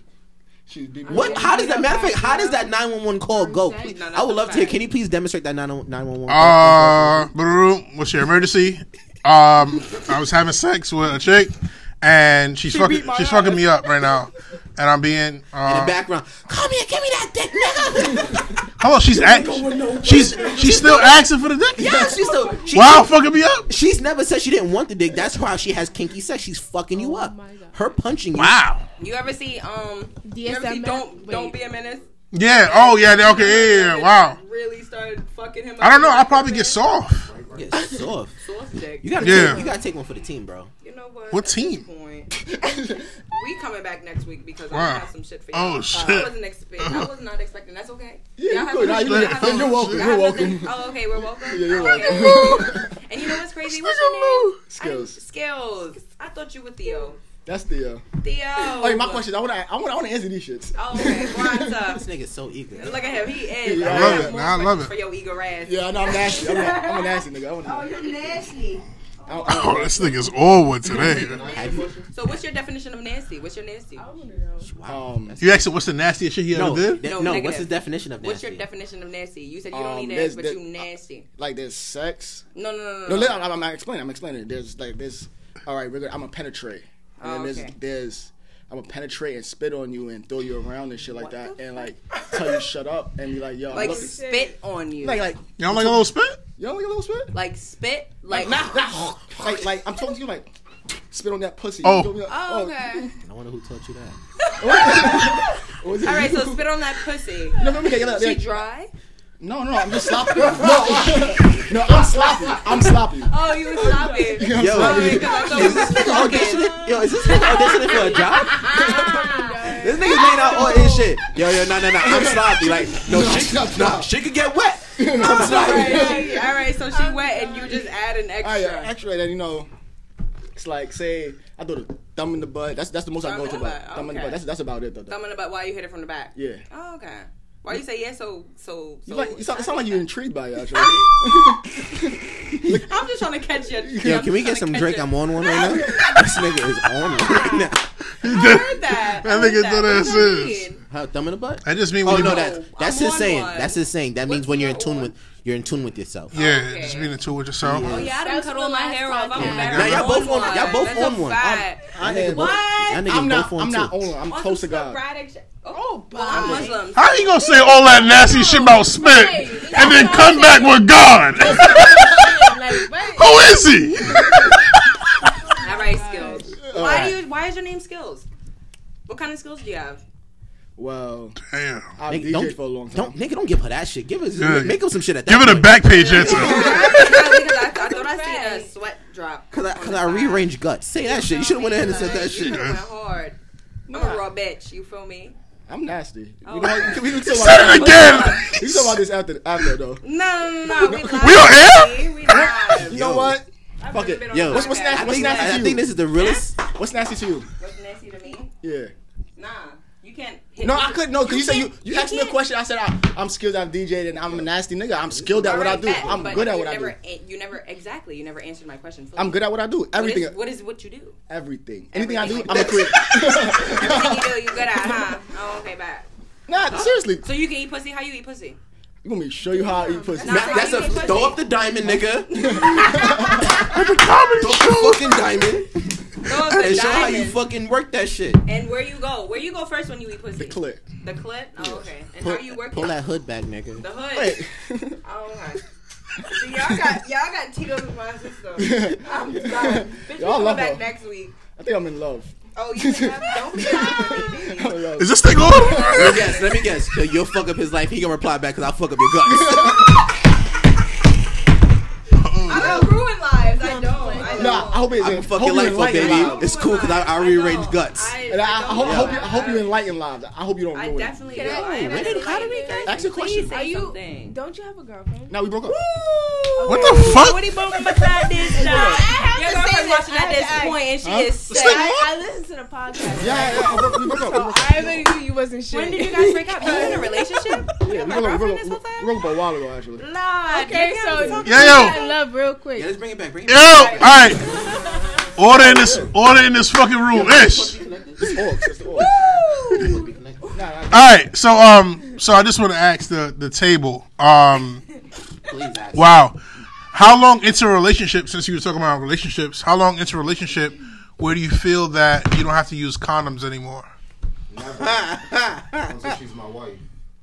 S4: She's deep.
S5: What? How does that matter? of fact, How does that nine one one call go? Please-
S6: No, that's
S5: I would love to hear.
S6: a fact.
S5: Can you please demonstrate that nine one one?
S1: Uh, brrr, what's your emergency? Um, I was having sex with a chick, and she's fucking, she's fucking me up right now. and I'm being
S5: in the
S1: uh,
S5: background. Come here, give me that
S1: (laughs)
S5: dick, nigga.
S1: hello. She's act, she's she's still asking for the dick.
S5: yeah, she's so she,
S1: Wow, fucking me up.
S5: She's never said she didn't want the dick. That's why she has kinky sex. She's fucking you up. Her punching you.
S1: Wow.
S6: You ever see um? You ever see
S2: DSM?
S6: don't don't
S2: Wait.
S6: be a menace?
S1: Yeah. Oh yeah. they- Okay. Yeah. yeah, yeah. Wow.
S6: Really started fucking him.
S1: I don't know. I probably get soft.
S5: Yeah, soft.
S6: Sauce dick.
S5: You gotta,
S1: Yeah.
S5: take, you gotta take one for the team, bro.
S6: You know what?
S1: What
S6: At
S1: team?
S6: this point, (laughs) we coming back next week because
S1: Wow.
S6: I have some shit for you.
S1: Oh,
S6: Uh,
S1: shit.
S6: I wasn't expecting. I was not expecting. That's okay. Y'all
S4: Yeah,
S6: have
S4: you could. Nah,
S6: nothing-
S4: you-
S6: y'all have
S1: you're
S6: nothing-
S4: welcome,
S6: y'all
S4: you're
S6: have nothing-
S4: welcome.
S6: Oh, okay, we're welcome.
S4: Yeah, you're
S6: Okay.
S1: Oh,
S4: welcome.
S6: (laughs) and you know what's crazy? What's your name?
S4: Skills.
S6: I, skills. I thought you were Theo.
S4: That's the. Uh,
S6: Theo.
S4: oh, yeah, my question. I want to. I want. I want to answer these shits.
S6: Oh, okay,
S5: This
S6: Guanta.
S5: nigga's so eager.
S6: Look at him. He is.
S4: Yeah, I
S1: love
S6: have
S1: it.
S6: more
S1: Nah, I love
S6: questions
S1: it.
S6: For your eager ass.
S4: (laughs) Yeah, no, I'm nasty. I'm, a- I'm a nasty nigga. I want to.
S6: you're nasty.
S1: Oh, this nigga's over today.
S6: So, what's your definition of nasty? What's your nasty?
S5: Wow.
S4: Um,
S1: You asked him what's the nastiest shit he ever
S5: no,
S1: did.
S5: that-
S6: No,
S5: no.
S6: negative.
S5: What's his definition of nasty?
S6: What's your definition of nasty? You said you don't
S4: Um,
S6: need
S4: there's-
S6: ass, but
S4: there-
S6: you nasty.
S4: like there's sex.
S6: No, no, no, no.
S4: No, let- I'm, I'm, I'm explaining. I'm explaining. There's like this. All right, we're gonna. I'm gonna penetrate. And
S6: Oh,
S4: then there's,
S6: okay.
S4: there's. I'm gonna penetrate and spit on you and throw you around and shit like
S6: What
S4: that
S6: the
S4: and like tell you shut up and be like yo I'm
S6: like
S4: looking-
S6: spit on you.
S4: like
S6: Like,
S4: like
S1: You don't like a little spit?
S4: you don't like a little spit
S6: spit. Like
S4: not, not like like I'm talking to you like spit on that pussy.
S1: Oh.
S4: You feel me?
S6: Oh, okay.
S5: I wonder who taught you that.
S4: Or was
S6: (laughs)
S4: it
S6: All right.
S4: you?
S6: So spit on that pussy.
S4: No, no, okay, look,
S6: She
S4: look.
S6: dry.
S4: no, no, I'm just sloppy. No, (laughs) no, I'm sloppy. (laughs) I'm sloppy.
S6: Oh, you was sloppy.
S4: I'm
S5: Yo.
S4: sloppy.
S6: Because I thought we was
S5: (laughs)
S6: fucking.
S5: Auditioning? Yo, is this nigga auditioning for a
S6: (laughs)
S5: job? this nigga's made out all his shit. Yo, yo, no, no, no. I'm sloppy. Like, no, she,
S4: Shut
S5: nah,
S4: up.
S5: she could get wet. I'm sloppy.
S6: Right, All right. So she wet, and you just add an
S4: All right,
S6: extra.
S4: actually, then you know, it's like say I throw the thumb in the butt. That's that's the most I
S6: Thumb
S4: go
S6: in
S4: to.
S6: the
S4: Butt.
S6: butt,
S4: Thumb in the
S6: okay.
S4: butt. That's that's about it though. though.
S6: Something about why you hit it from the back.
S4: Yeah.
S6: Oh, okay. Why you say yeah? So so so.
S4: You, like, you
S6: (laughs)
S4: (laughs) sound, it sound like you're intrigued by it. (laughs) Actually.
S6: I'm just trying to catch you.
S5: Yo, can we get some drink? I'm on one right now. This nigga is on one right now.
S6: I heard that.
S1: That
S6: I heard
S1: nigga
S6: that. What
S1: do that
S6: does
S1: shit.
S6: mean?
S5: Huh, thumb in the butt?
S1: I just mean
S5: Oh
S1: when you
S5: no,
S1: go-
S5: that that's
S6: I'm
S5: his
S6: on
S5: saying.
S6: one.
S5: That's his saying. That means
S6: What's
S5: when you're in
S6: your
S5: tune
S6: on?
S5: with you're in tune with yourself.
S1: Yeah,
S6: Okay.
S1: just being in tune with yourself.
S6: Oh yeah, I
S2: That
S6: done
S2: was
S6: cut
S2: the
S6: all my
S2: last
S6: hair off. I'm
S2: podcast.
S6: embarrassed.
S5: Now y'all both
S6: on
S5: on y'all both
S6: That's
S5: on
S6: a
S5: one.
S6: fact.
S4: I
S5: Y'all
S4: had-
S5: both- y'all niggas
S4: I'm not.
S5: both on
S4: I'm not
S5: two.
S4: on. I'm
S6: On
S4: close to
S6: some
S4: God.
S6: sporadic sh- Oh, I'm Muslim.
S1: How you gonna say all that nasty shit about spit and then come back with God?
S2: Like, what?
S1: Who is he?
S6: All right, skills. Why do you? Why is your name Skills? What kind of skills do you have?
S4: Well,
S1: Damn.
S4: I
S5: Nigga,
S4: DJ
S5: don't,
S4: for a long time.
S5: don't nigga don't give her that shit. Give us
S1: Yeah.
S5: make him some shit at that.
S1: Give it a
S5: point.
S1: back page answer.
S6: (laughs) because I, I thought I seen a sweat drop.
S5: Cause I, cause I rearranged guts. Say that shit. You should have went ahead and said that
S6: You
S5: shit.
S6: coulda went hard. I'm a raw bitch. You feel me?
S4: I'm nasty.
S6: Oh.
S4: We, don't, we, can talk
S1: Said it
S4: about this.
S1: again.
S4: We can talk about this after after though.
S6: No, no, no, no. We live.
S1: We on air?
S6: baby. We live.
S4: You know what?
S6: I've
S4: Fuck
S6: never
S4: it.
S6: been on
S5: Yo,
S6: a
S5: what's-
S4: what's
S6: podcast.
S4: nasty-
S5: I
S4: what's
S5: think,
S4: nasty
S5: I
S4: to
S5: think
S4: you?
S5: this is the realest.
S4: What's nasty to you?
S6: What's nasty to me?
S4: Yeah.
S6: Nah, you can't. Hit
S4: No,
S6: me
S4: I
S6: with-
S4: couldn't. No, because you said you,
S6: can't-
S4: you asked me a
S6: can't-
S4: question. I said I, I'm skilled at DJ and I'm a nasty nigga. I'm skilled at what I
S6: Alright,
S4: do.
S6: bet,
S4: I'm
S6: but
S4: good at
S6: you
S4: what I
S6: never,
S4: do.
S6: a- You never exactly. You never answered my question. fully.
S4: I'm good at what I do.
S6: What is-
S4: Everything.
S6: What is what you do?
S4: Everything. Anything I do,
S6: Everything.
S4: I'm
S6: (laughs)
S4: a create.
S6: Everything you do, you good at,
S4: (laughs)
S6: huh? Oh, okay, bye.
S4: Nah, seriously.
S6: So you can eat pussy. How you eat pussy?
S4: You want me to show you how I eat pussy?
S6: Nah.
S5: That's a
S6: you get
S5: throw
S6: pussy.
S5: up the diamond,
S6: (laughs)
S5: nigga. throw up the fucking diamond
S6: Throw up the
S5: and show how you
S6: diamond.
S5: fucking work that shit.
S6: And where you go? Where you go first when you eat pussy?
S4: The clip.
S6: The clit. Oh, okay. And
S5: Pull,
S6: how you work
S5: pull
S6: it?
S5: that hood back, nigga.
S6: The hood.
S4: Wait.
S6: Oh,
S4: (laughs)
S6: okay. See, y'all got y'all got Tito's with my sister. I'm sorry. Bitch,
S4: Y'all
S6: y'all we
S4: love
S6: come back
S4: her.
S6: next week.
S4: I think I'm in love.
S6: Oh, you can have,
S4: (laughs)
S6: don't be happy,
S4: I'm (laughs)
S6: baby.
S4: in love.
S1: Is this thing
S5: (laughs) Let
S4: (laughs)
S1: on?
S5: me guess. Let me guess. Yo, you'll fuck up his life. He gonna reply back because I'll fuck up your guts.
S6: (laughs) I don't ruin lives. I don't. I don't.
S4: Nah, I hope it's
S5: I'm
S4: in- hope
S5: fucking
S4: you
S5: life up,
S4: enlighten
S5: baby.
S4: lives.
S5: It's cool because I, I rearranged guts.
S4: And I, I, hope, I hope you, I hope you
S6: I,
S4: enlighten lives. I hope you don't
S6: I
S4: ruin it.
S6: definitely.
S2: Can I-
S6: will.
S2: I
S6: And I
S2: did-
S6: definitely
S2: how do we
S6: will.
S2: get-
S4: Ask a question.
S2: Are you?
S6: something.
S2: Don't you have a girlfriend?
S4: Now we broke up.
S1: What the fuck?
S2: What about that this time?
S6: Your girlfriend's watching at this point, and she
S4: Huh?
S6: is
S1: This thing
S6: sick.
S1: on?
S2: I listened to the podcast.
S4: Yeah, yeah, yeah. we broke- We broke up. We broke up.
S2: I already knew you wasn't shit.
S6: When did you guys break up? You in a relationship?
S4: Yeah,
S6: my
S4: we broke up. We
S6: girlfriend
S4: broke
S6: this
S4: up.
S6: whole time?
S4: We broke up a while ago, actually.
S6: Lord,
S2: Okay,
S6: nigga,
S2: so
S6: I'm
S1: Yeah, yo.
S2: I love real quick.
S5: Yeah, let's bring it back. Bring it
S1: Yo, all right. Order in this order in this fucking room. Ish.
S4: It's orcs. It's the orcs.
S1: All right, so um, so I just want to ask the the table. Um,
S5: Please ask.
S1: wow, how long into a relationship? Since you were talking about relationships, how long into a relationship where do you feel that you don't have to use condoms anymore?
S7: Never. Until she's my wife.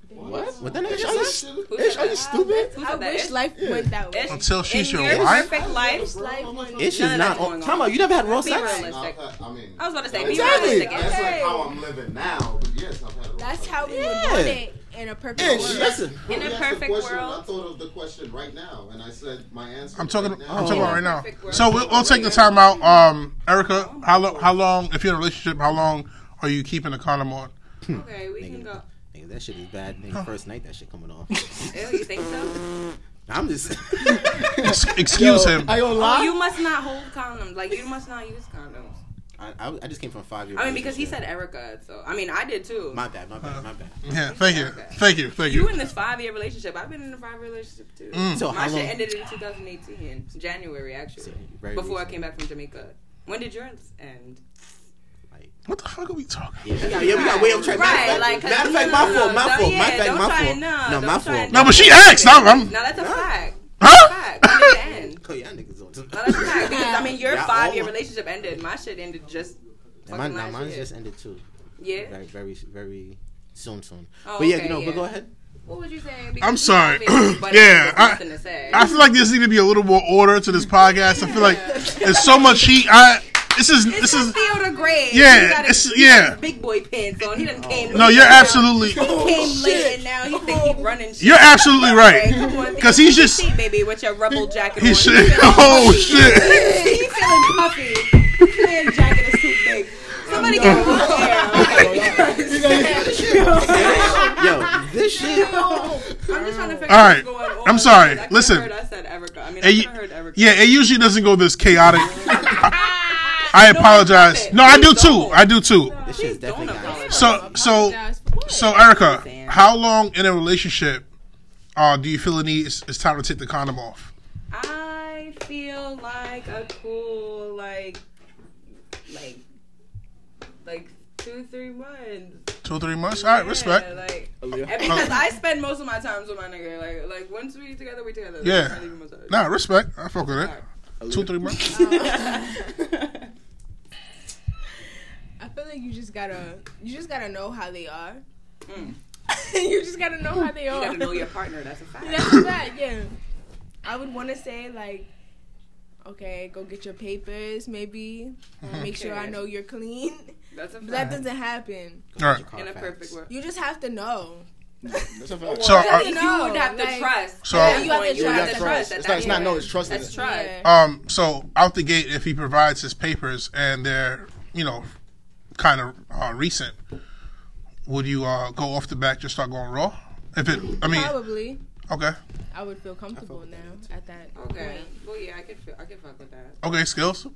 S5: What? What the nigga? Are you,
S7: It's
S5: st-
S7: not-
S5: Ish, are you stupid?
S6: Who
S2: I
S6: said that?
S2: wish
S6: Ish-
S2: life went that way.
S6: Ish-
S1: Until she's
S6: in
S1: your wife?
S6: Perfect life.
S2: Life went
S5: Ish
S6: None
S5: is
S6: of
S5: not.
S6: that's going on.
S5: Come on, you never had raw
S6: Be
S5: sex.
S7: I've
S6: realistic.
S7: had- I mean,
S6: I was about to say, be
S5: Exactly.
S6: realistic.
S7: That's
S6: Ish.
S7: like how I'm living now. But yes, I've had. A
S2: That's how we
S5: Yeah.
S2: would want it in a perfect
S5: Ish,
S2: world.
S5: listen.
S6: In a perfect
S7: I
S6: world.
S7: thought of the question right now, and I said my answer.
S1: I'm talking. Oh.
S7: Right now.
S1: I'm talking about right now.
S6: Perfect world.
S1: So we'll, we'll take the time out. Um, Erica, how lo- how long? If you're in a relationship, how long are you keeping the condom on?
S6: Okay, we can go.
S5: Nigga, that shit is bad. Nigga, first night, that shit coming (laughs) off.
S6: Ew, you think so?
S5: I'm (laughs) just.
S1: Ex- Excuse him.
S4: I gonna lie.
S6: Oh, You must not hold condoms. Like, you must not use condoms.
S5: I, I, I just came from five years.
S6: I mean, because he said Erica, so. I mean, I did too.
S5: My bad, my bad, my bad.
S1: Yeah, thank you, thank you, thank
S6: You
S1: you.
S6: in this five year relationship. I've been in a five year relationship too.
S1: Mm.
S5: So
S6: My
S5: how long?
S6: shit ended in 2018, January actually,
S5: Very
S6: before I
S5: recent.
S6: came back from Jamaica. When did yours end?
S1: What the fuck are we talking? about?
S5: Yeah, yeah, we got way off track. Matter
S6: Right,
S5: of
S6: like,
S5: fact,
S6: 'cause
S5: matter of fact,
S6: no, no,
S5: my
S6: no,
S5: fault, my
S6: don't-
S5: fault,
S6: yeah,
S5: my fact,
S6: don't
S5: my
S6: try
S5: fault.
S6: and know,
S5: No,
S6: don't
S5: my
S6: try
S5: fault.
S6: and
S1: No, but she asked. I'm, I'm
S6: Now that's a fact.
S1: huh?
S6: Fact. When did it end?
S5: Oh, y'all niggas on.
S6: Now that's a fact. Because I mean, your
S5: (laughs) Y'all
S6: five year
S5: all-
S6: relationship ended. My shit ended just. Fucking
S5: Yeah, mine, now
S6: last
S5: mine's
S6: year.
S5: just ended too.
S6: yeah.
S5: Very, very, very soon, soon.
S6: Oh,
S5: but yeah,
S6: okay,
S5: you know.
S6: yeah.
S5: But go ahead.
S6: What was you saying?
S1: I'm sorry. (laughs)
S6: But
S1: Yeah,
S6: there's
S1: I-
S6: nothing to say.
S1: I feel like there's need to be a little more order to this podcast. I feel like there's so much heat. I this is this is
S6: Theodore Gray.
S1: Yeah,
S6: He got his-
S1: it's-
S6: he got
S1: yeah.
S6: his Big boy pants on. He
S5: Oh,
S6: done came.
S1: no.
S6: he
S1: You're
S6: came
S1: absolutely
S6: He came late and now he think he running shit.
S1: Oh, you're absolutely
S6: Okay,
S1: right.
S6: come on,
S1: 'Cause
S6: think
S1: he's
S6: you
S1: just-
S6: see, baby with your rubble jacket
S1: He
S6: on.
S1: should. (laughs)
S6: He feeling- (laughs)
S1: Oh shit.
S6: he feeling puffy. His man jacket is too big. Somebody get
S1: (laughs)
S6: him a
S1: Oh
S5: Yo, this shit.
S6: I'm just trying to figure
S1: All right.
S6: out what's going on.
S1: I'm sorry.
S6: I could've
S1: Listen.
S6: Heard I said Erica. I mean,
S1: Hey,
S6: I
S1: you-
S6: could have heard Erica.
S1: Yeah, it usually doesn't go this chaotic. I apologize. No, I do too. I do too.
S5: This shit's
S6: Don't
S5: definitely not.
S6: apologize.
S1: So so so Erica, how long in a relationship uh, do you feel the need it's, it's time to take the condom off?
S6: I feel like a cool like like like two three months.
S1: Two or three months? All right,
S6: Oh, Yeah,
S1: respect.
S6: like
S4: Oh.
S6: and because I spend most of my times with my nigga. Like like once we together, we together.
S1: Yeah.
S6: Like, not even much other- (laughs)
S1: Nah, respect. I fuck with it. Two three months.
S2: I feel like you just gotta, you just gotta know how they are. (laughs) you just gotta know how they
S6: You
S2: are.
S6: gotta know your partner. That's a fact.
S2: That's that, yeah. I would want to say like, okay, go get your papers, maybe make sure I
S6: Okay.
S2: know you're clean.
S6: That's a
S2: But that
S6: fact.
S2: doesn't happen.
S1: All right.
S6: In a perfect world.
S2: You just have to know.
S7: (laughs)
S4: That's a fact.
S1: So
S6: I
S1: uh,
S6: think
S2: No,
S6: you would have to
S2: like-
S6: trust.
S1: So-
S6: At that
S2: You have to
S6: point, you would have
S2: trust. You
S6: to
S2: have to
S6: trust. At
S4: It's
S6: that
S4: not, it's not
S6: point.
S4: no, it's trust.
S6: That's trust.
S2: Yeah.
S1: um so out the gate, if he provides his papers and they're you know kind of uh, recent, would you uh, go off the back just start going raw? If it, I mean,
S2: Probably,
S1: okay,
S2: I would feel comfortable now at that.
S6: Okay. Well, yeah, I could feel, I could fuck with that.
S1: okay, skills.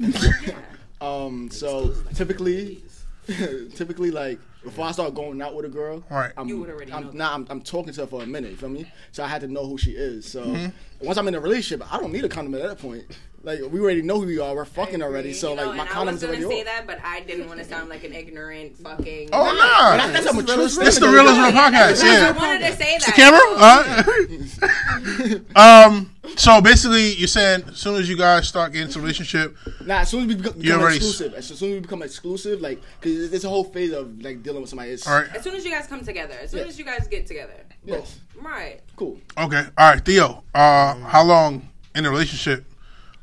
S4: (laughs) Um, so typically, (laughs) typically like before I start going out with a girl,
S1: Right.
S4: I'm,
S6: You would already
S4: I'm,
S6: know.
S4: Nah, I'm, I'm talking to her for a minute. You feel me? So I had to know who she is. So
S1: Mm-hmm.
S4: once I'm in a relationship, I don't need a condom at that point. Like we already know who we are. We're fucking already. So
S6: You know,
S4: like
S6: and
S4: my
S6: I was
S4: condom's
S6: gonna
S4: already
S6: say
S4: off.
S6: that, but I didn't want to sound like an ignorant fucking.
S1: Oh nah,
S4: That's a mature.
S1: it's the realest real
S4: (laughs)
S1: podcast.
S6: I
S1: Yeah.
S6: wanted to say that. (laughs)
S1: camera.
S6: so-
S1: All right. um. So basically, you're saying as soon as you guys start getting into a relationship,
S4: Nah, as soon as we become,
S1: You're
S4: become
S1: already-
S4: exclusive, as soon as we become exclusive, like because there's a whole phase of like dealing with somebody. It's,
S1: all right.
S6: As soon as you guys come together, as soon
S4: Yeah.
S6: as you guys get together,
S4: Yes.
S6: right?
S4: Cool.
S1: Okay. All right, Theo. Uh, how long in a relationship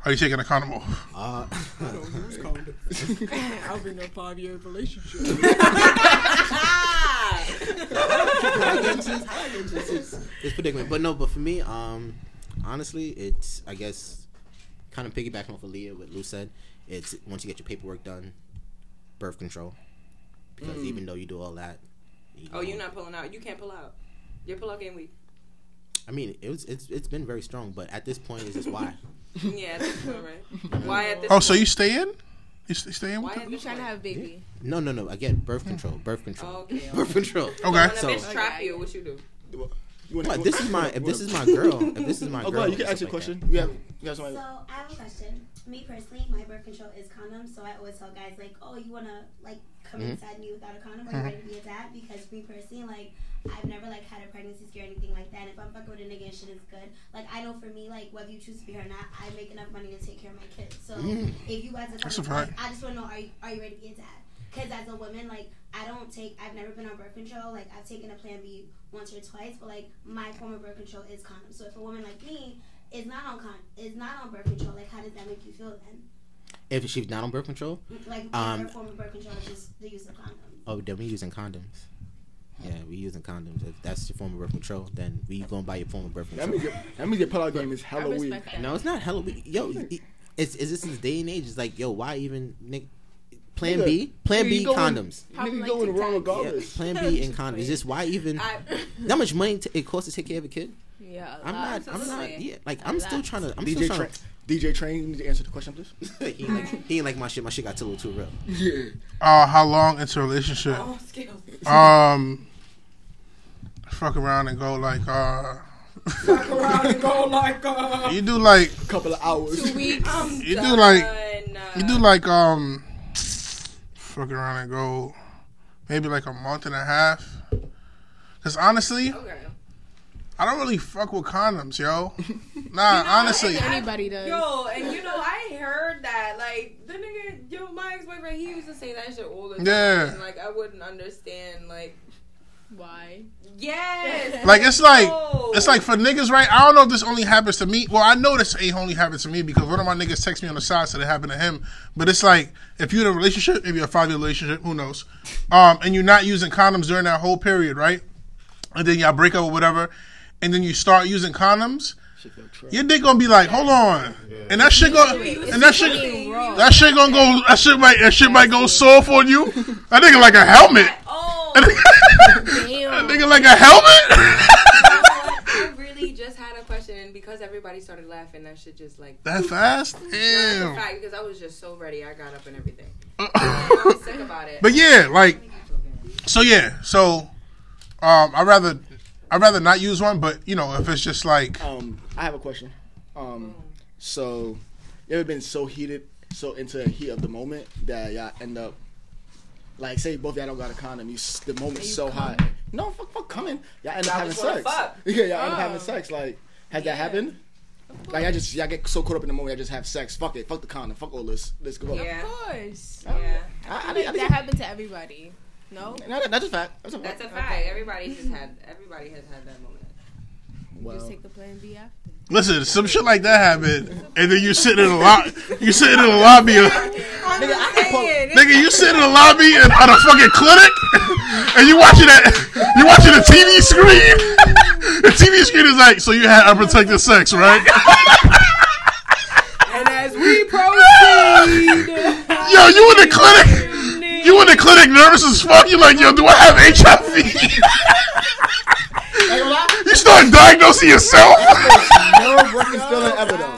S1: are you taking a condom off?
S5: Uh,
S2: I'll in a five-year relationship.
S6: Ah.
S5: this predicament. But no, but for me, um, honestly, it's I guess kind of piggybacking off of Leah what Lou said. It's once you get your paperwork done, birth control, because
S4: Mm.
S5: even though you do all that, you
S6: Oh,
S5: know-
S6: you're not pulling out. You can't pull out. Your pull out game weak.
S5: I mean, it was it's it's been very strong, but at this point, it's just why.
S6: Yeah, that's all right. Why at this?
S1: Oh, so
S6: point?
S1: you stay in? You st- stay in?
S6: Why
S1: With
S6: at
S2: You
S6: this
S2: trying
S6: point?
S2: to have a baby?
S5: No, no, no. Again, birth control, birth control,
S4: Oh.
S6: Okay.
S5: birth control.
S1: the- okay.
S6: When a
S5: So-
S6: bitch trap you, what you do?
S4: You wanna-
S5: What, this is my if this
S4: (laughs)
S5: is my girl if this is my
S4: Oh, go
S5: girl.
S4: ahead. You can
S5: and
S4: ask your
S5: stuff
S4: question.
S5: like that.
S4: We have, you have somebody.
S9: So I have a question. Me personally, my birth control is condoms, so I always tell guys like, "Oh, you wanna like come inside me without a condom? Are you ready to be a dad?" Because me personally, like, I've never like had a pregnancy scare or anything like that. And if I'm fucking with a nigga, and shit is good. Like I know for me, like whether you choose to be here or not, I make enough money to take care of my kids. So if you guys are
S1: That's a
S9: coming, like,
S1: fact.
S9: I just wanna know, are you, are you ready to be a dad? Because as a woman, like I don't take, I've never been on birth control. Like I've taken a Plan B once or twice, but like my form of birth control is condom. So if a woman like me is not on con, is not on birth control, like how does that make you feel then?
S5: If she's not on birth control,
S9: Like
S5: Um,
S9: her form of birth control is just the use of condoms.
S5: oh, then we using condoms. Yeah, we using condoms. If that's your form of birth control, then we going by your form of birth
S4: That
S5: control.
S4: means your, that means your pull-out game is hella weak.
S2: respect that.
S5: No, it's not Halloween. Yo, it- it's is this this day and age? It's like, yo, why even Nick? Plan
S4: Nigga,
S5: B, Plan
S4: nigga,
S5: B
S4: you going-
S5: condoms.
S2: Probably
S4: Nigga
S2: like
S4: going wrong
S2: TikTok.
S5: Yeah,
S4: regardless.
S5: plan
S4: (laughs)
S5: B and condoms. Just why even?
S6: I,
S5: How much money t- it costs to take care of a kid?
S2: (laughs) Yeah, a lot.
S5: I'm not. I'm not.
S6: Absolutely.
S5: Yeah, like I'm still
S2: lot.
S5: trying to. I'm
S4: DJ
S5: still
S4: Train,
S5: trying.
S4: DJ Train, you need to answer the question, please.
S5: To, (laughs) he ain't like he ain't like my shit. My shit got too little too real.
S4: Yeah.
S1: Uh, how long into a relationship?
S6: oh, skills.
S1: Um, fuck around and go like uh,
S6: Fuck around and go like uh,
S1: you do like
S4: Couple of hours.
S6: two weeks. I'm
S1: You do like-
S6: done. Uh,
S1: you do like um, fuck around and go maybe like a month and a half. Cause honestly,
S6: Okay.
S1: I don't really fuck with condoms, yo. Nah, honestly,
S2: Anybody does.
S6: Yo, and you know, I heard that. Like, the nigga, yo, my ex boyfriend, he used to say that shit all the time.
S1: Yeah.
S6: And, like, I wouldn't understand. Like,
S2: Why?
S6: yes.
S1: Like it's like
S6: No.
S1: it's like for niggas, right? I don't know if this only happens to me. Well, I know this ain't only happened to me because one of my niggas text me on the side said it happened to him. But it's like if you're in a relationship, maybe a five year relationship, who knows? Um, and you're not using condoms during that whole period, right? And then y'all break up or whatever, and then you start using condoms. Your dick gonna be like, hold on, and that shit gonna and that shit that shit gonna go that shit might that shit might go soft on you. That nigga like a helmet. (laughs)
S6: oh,
S1: That nigga like a helmet. (laughs)
S6: I really just had a question, and because everybody started laughing, that shit just like.
S1: That fast?
S6: That's a
S1: Damn. Uh-uh.
S6: fact, because I was just so ready. I got up and everything. I was sick about it.
S1: But yeah, like, so yeah, so um, I rather I rather not use one, but you know, if it's just like
S4: Um, I have a question. Um, so you ever been so heated, so into the heat of the moment that y'all end up like, say both y'all don't got a condom, you s- the moment's so hot. No, fuck, fuck coming. Y'all end up having
S6: just wanna
S4: sex.
S6: fuck.
S4: (laughs) Yeah, y'all end up having sex. Like, has that happened? Like, I just y'all get so caught up in the moment, I just have sex. Fuck it, fuck the condom, fuck all this. Let's go.
S6: Yeah.
S2: Of course.
S6: yeah.
S4: I, I, think- I,
S2: That
S4: think-
S2: happened to everybody. No?
S4: no, that- that's a fact. That's a fact.
S6: That's a fact. Everybody just had. Everybody has had that moment.
S2: Just
S4: Well,
S2: take the plan B after.
S1: listen, some shit like that happen, and then you sitting in the lobby, you sitting in the lobby, of,
S4: nigga, I can pull.
S1: nigga, you sitting in the lobby and, at a fucking clinic, (laughs) and you watching that, you watching the TV screen. (laughs) the TV screen is like, so you had unprotected sex, right? (laughs)
S6: And as we proceed,
S1: Yo, you in the clinic. You in the clinic, nervous as fuck. You're like, yo, do I have HIV? you start diagnosing yourself.
S4: nerve wracking feeling ever though.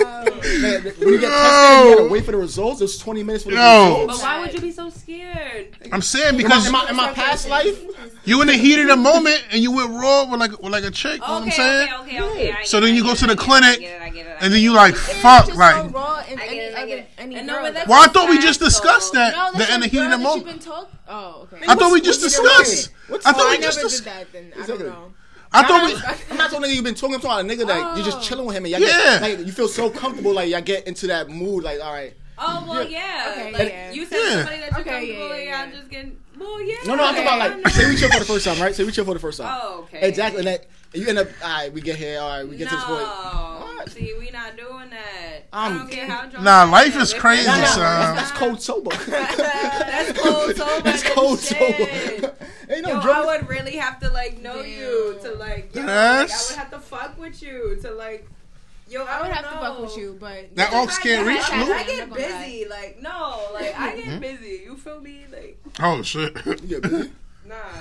S4: Man, when you get tested, you gotta wait for the results. It's 20 minutes for the
S1: No.
S6: but
S4: results.
S6: why would you be so scared?
S1: I'm saying
S4: Am I,
S1: because
S4: am I- am I past life?
S2: Mm,
S1: you in the heat of the moment and you went raw with like with like a chick. you know what I'm saying?
S6: Okay, okay, okay. I
S1: So
S6: get
S1: then
S6: it,
S1: you
S6: I
S1: go
S6: get
S1: to
S6: it,
S1: the
S6: I get it,
S1: clinic,
S6: I get it, I get it, I
S1: And
S6: get
S1: then
S6: it.
S1: you like, fuck,
S2: just so
S1: like.
S2: raw in
S6: I get it,
S2: any
S6: I get
S2: other,
S6: it.
S2: any
S6: And no,
S2: girl.
S6: but that's-
S1: Well, I thought we just
S6: So-
S1: discussed that.
S2: no,
S1: the
S2: that's
S1: in the
S2: a
S1: heat of
S2: girl
S1: the
S2: that you've
S1: moment.
S2: been talk- Oh, okay.
S1: I thought we
S4: What's-
S1: just
S4: what's your
S1: discussed.
S4: name? What's
S1: I
S4: your
S1: thought we
S2: I
S4: name?
S1: just
S2: never did
S1: dis-
S2: that then. I
S4: Exactly.
S2: don't know.
S1: I thought we.
S4: I'm not talking to you. Been talking about a nigga that you're
S2: Oh.
S4: just chilling with him, and y'all
S1: Yeah.
S4: get, like, you feel so comfortable, like y'all get into that mood, like all right.
S6: Oh well, yeah.
S2: Okay,
S6: like,
S2: yeah.
S6: You said
S1: Yeah.
S6: somebody that you're
S2: Okay, yeah,
S6: comfortable,
S2: yeah,
S6: yeah,
S2: yeah.
S6: just getting. Well, yeah.
S4: No, no, I'm
S6: okay,
S4: talking about
S6: I
S4: like
S6: know.
S4: say we chill for the first time, right? Say we chill for the first time.
S6: Oh, okay.
S4: Exactly. And, that, and you end up, all right, we get here, all right, we get to this point.
S6: No, see, we not doing that. I
S4: I'm-
S6: don't care how drunk.
S1: Nah,
S6: I
S1: life
S6: am.
S1: is
S6: If it's
S1: crazy,
S6: not-
S4: Nah, nah,
S1: son.
S4: that's, that's cold sober.
S6: (laughs)
S4: (laughs)
S6: That's cold sober.
S4: That's cold
S6: shit.
S4: sober. Ain't no
S6: Yo,
S4: drugs.
S6: I would really have to like know you to like. You know, like, I
S1: Yes.
S6: would have to fuck with you to like. Yo, I,
S2: I would
S6: don't
S2: have to
S6: know.
S2: fuck with you, but
S1: That
S6: The
S1: aux
S6: fact
S1: can't
S6: that
S1: reach. Mm-hmm.
S6: I, I
S1: Luke.
S6: get busy, like no, like I get busy. You feel me? Like
S1: Oh shit. (laughs)
S4: Yeah, but-
S6: nah.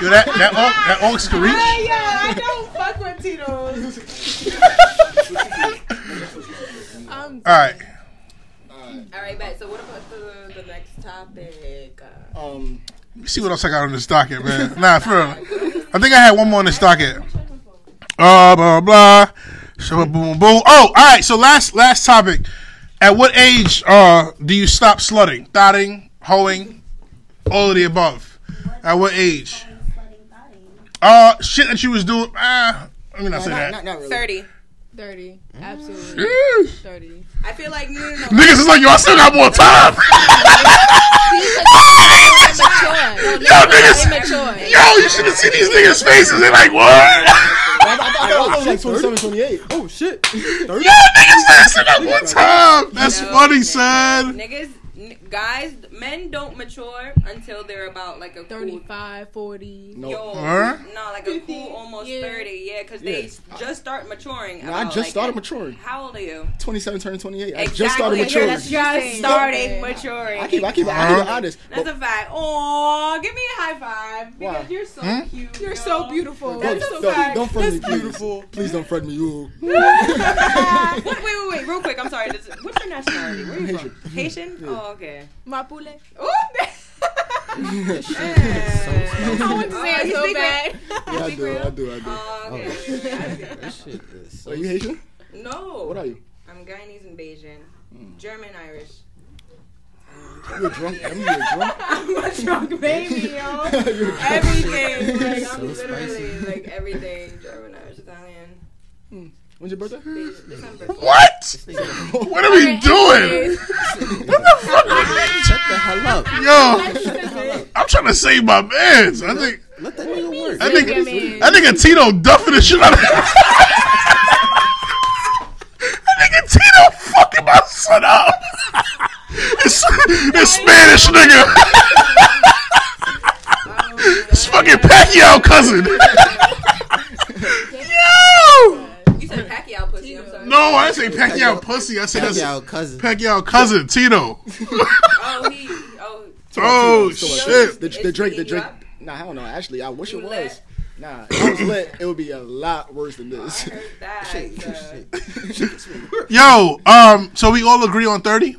S1: Yo, that that that ox can reach.
S6: yeah, I don't fuck with Tito's.
S2: um,
S1: All right.
S6: All right, bet. So what about the the next topic? Uh,
S4: um,
S1: Let me see what else I got on this docket, man. (laughs) nah, for real. I think I had one more on this docket. Uh, blah, blah, blah. So, boom, boom, boom. Oh, all right. So, last last topic. At what age uh, do you stop slutting, thotting, hoeing, all of the above? At what age?
S9: Slutting, thotting.
S1: Uh, shit that you was doing. Ah, let me not say
S4: not,
S1: that.
S4: not, not really.
S6: Thirty.
S2: Thirty, absolutely.
S1: Sheesh.
S2: Thirty.
S6: I feel like no, no, no.
S1: (laughs) Niggas is like, yo, I still got more time. (laughs)
S2: Immature.
S1: yo, niggas.
S2: Immature.
S1: Yo, you should have seen these niggas' faces. They like, what? (laughs)
S4: I, thought I was like 27, 28. Oh shit.
S1: yo, niggas lasted up one time. That's
S6: No,
S1: funny,
S6: niggas-
S1: son.
S6: Niggas, n- guys, men don't mature until they're about like a cool
S2: 35, 40.
S4: No.
S6: Yo,
S1: Huh?
S6: no, like a
S2: (laughs)
S6: cool almost
S2: Yeah.
S6: 30, yeah, because they
S4: Yeah.
S6: just start maturing.
S4: Nah, I
S6: about,
S4: just
S6: like,
S4: started
S6: at-
S4: maturing.
S6: How old are you?
S4: 27 turning 28. I
S6: exactly.
S4: just started
S6: yeah,
S4: maturing.
S6: That's
S2: Just
S6: just starting
S2: started.
S6: maturing.
S4: I keep, I keep, I
S1: Uh-huh.
S4: keep it honest.
S6: that's
S4: But
S6: a fact. Oh, give me a high five because
S4: Why? Hmm?
S6: you're so cute.
S2: You're
S6: yo.
S2: so beautiful.
S4: don't,
S2: That's so
S4: don't,
S2: fact.
S4: don't friend me,
S2: That's
S4: please.
S2: beautiful.
S4: Please don't friend me. Ooh.
S6: wait, wait, wait, wait, real quick. I'm sorry. This, what's your nationality? Where are you
S4: (laughs) Haitian.
S6: from? Haitian? Oh, okay.
S2: Mapule.
S6: Ooh, (laughs)
S2: I want to say
S6: Oh,
S2: it
S6: you
S2: so
S6: speak
S2: bad.
S4: Yeah, I do, I do, I do.
S6: Oh, okay.
S5: That shit is so
S4: Are you Haitian?
S6: No.
S4: What are you? Hmm.
S6: I'm Guyanese and Bayesian. German Irish.
S4: You're drunk. I mean, you're drunk.
S6: (laughs) I'm a drunk
S4: (laughs)
S6: baby, yo.
S4: You're drunk.
S6: everything. Like,
S5: So
S6: I'm literally
S5: spicy.
S6: like everything. German Irish
S4: (laughs)
S6: Italian.
S4: When's your birthday?
S6: Bayesian, December.
S1: What? What are we doing? What the fuck?
S5: Shut the hell up.
S1: Yo, I'm trying to save my mans. I think
S5: Let that nigga work.
S1: I
S2: Save
S1: think
S2: your
S1: I think Tito duffing the shit out of him. (laughs) I think Tito fucking my son up. It's, it's Spanish nigga. It's fucking Pacquiao cousin. Yo!
S6: You said Pacquiao pussy. I'm sorry.
S1: No, I didn't say Pacquiao pussy. I said that's
S5: Pacquiao cousin.
S1: Pacquiao cousin
S5: (laughs)
S1: Tito.
S6: Oh, he. Oh,
S1: (laughs) Oh shit!
S4: The, the drink, the
S6: Is he
S4: drink.
S6: up?
S4: Nah, I don't know. Actually, I wish
S6: You
S4: it
S6: lit?
S4: was. Nah, if I was lit, it would be a lot worse than (laughs) this.
S6: I heard that. so-
S1: Yo, um, so we all agree on thirty.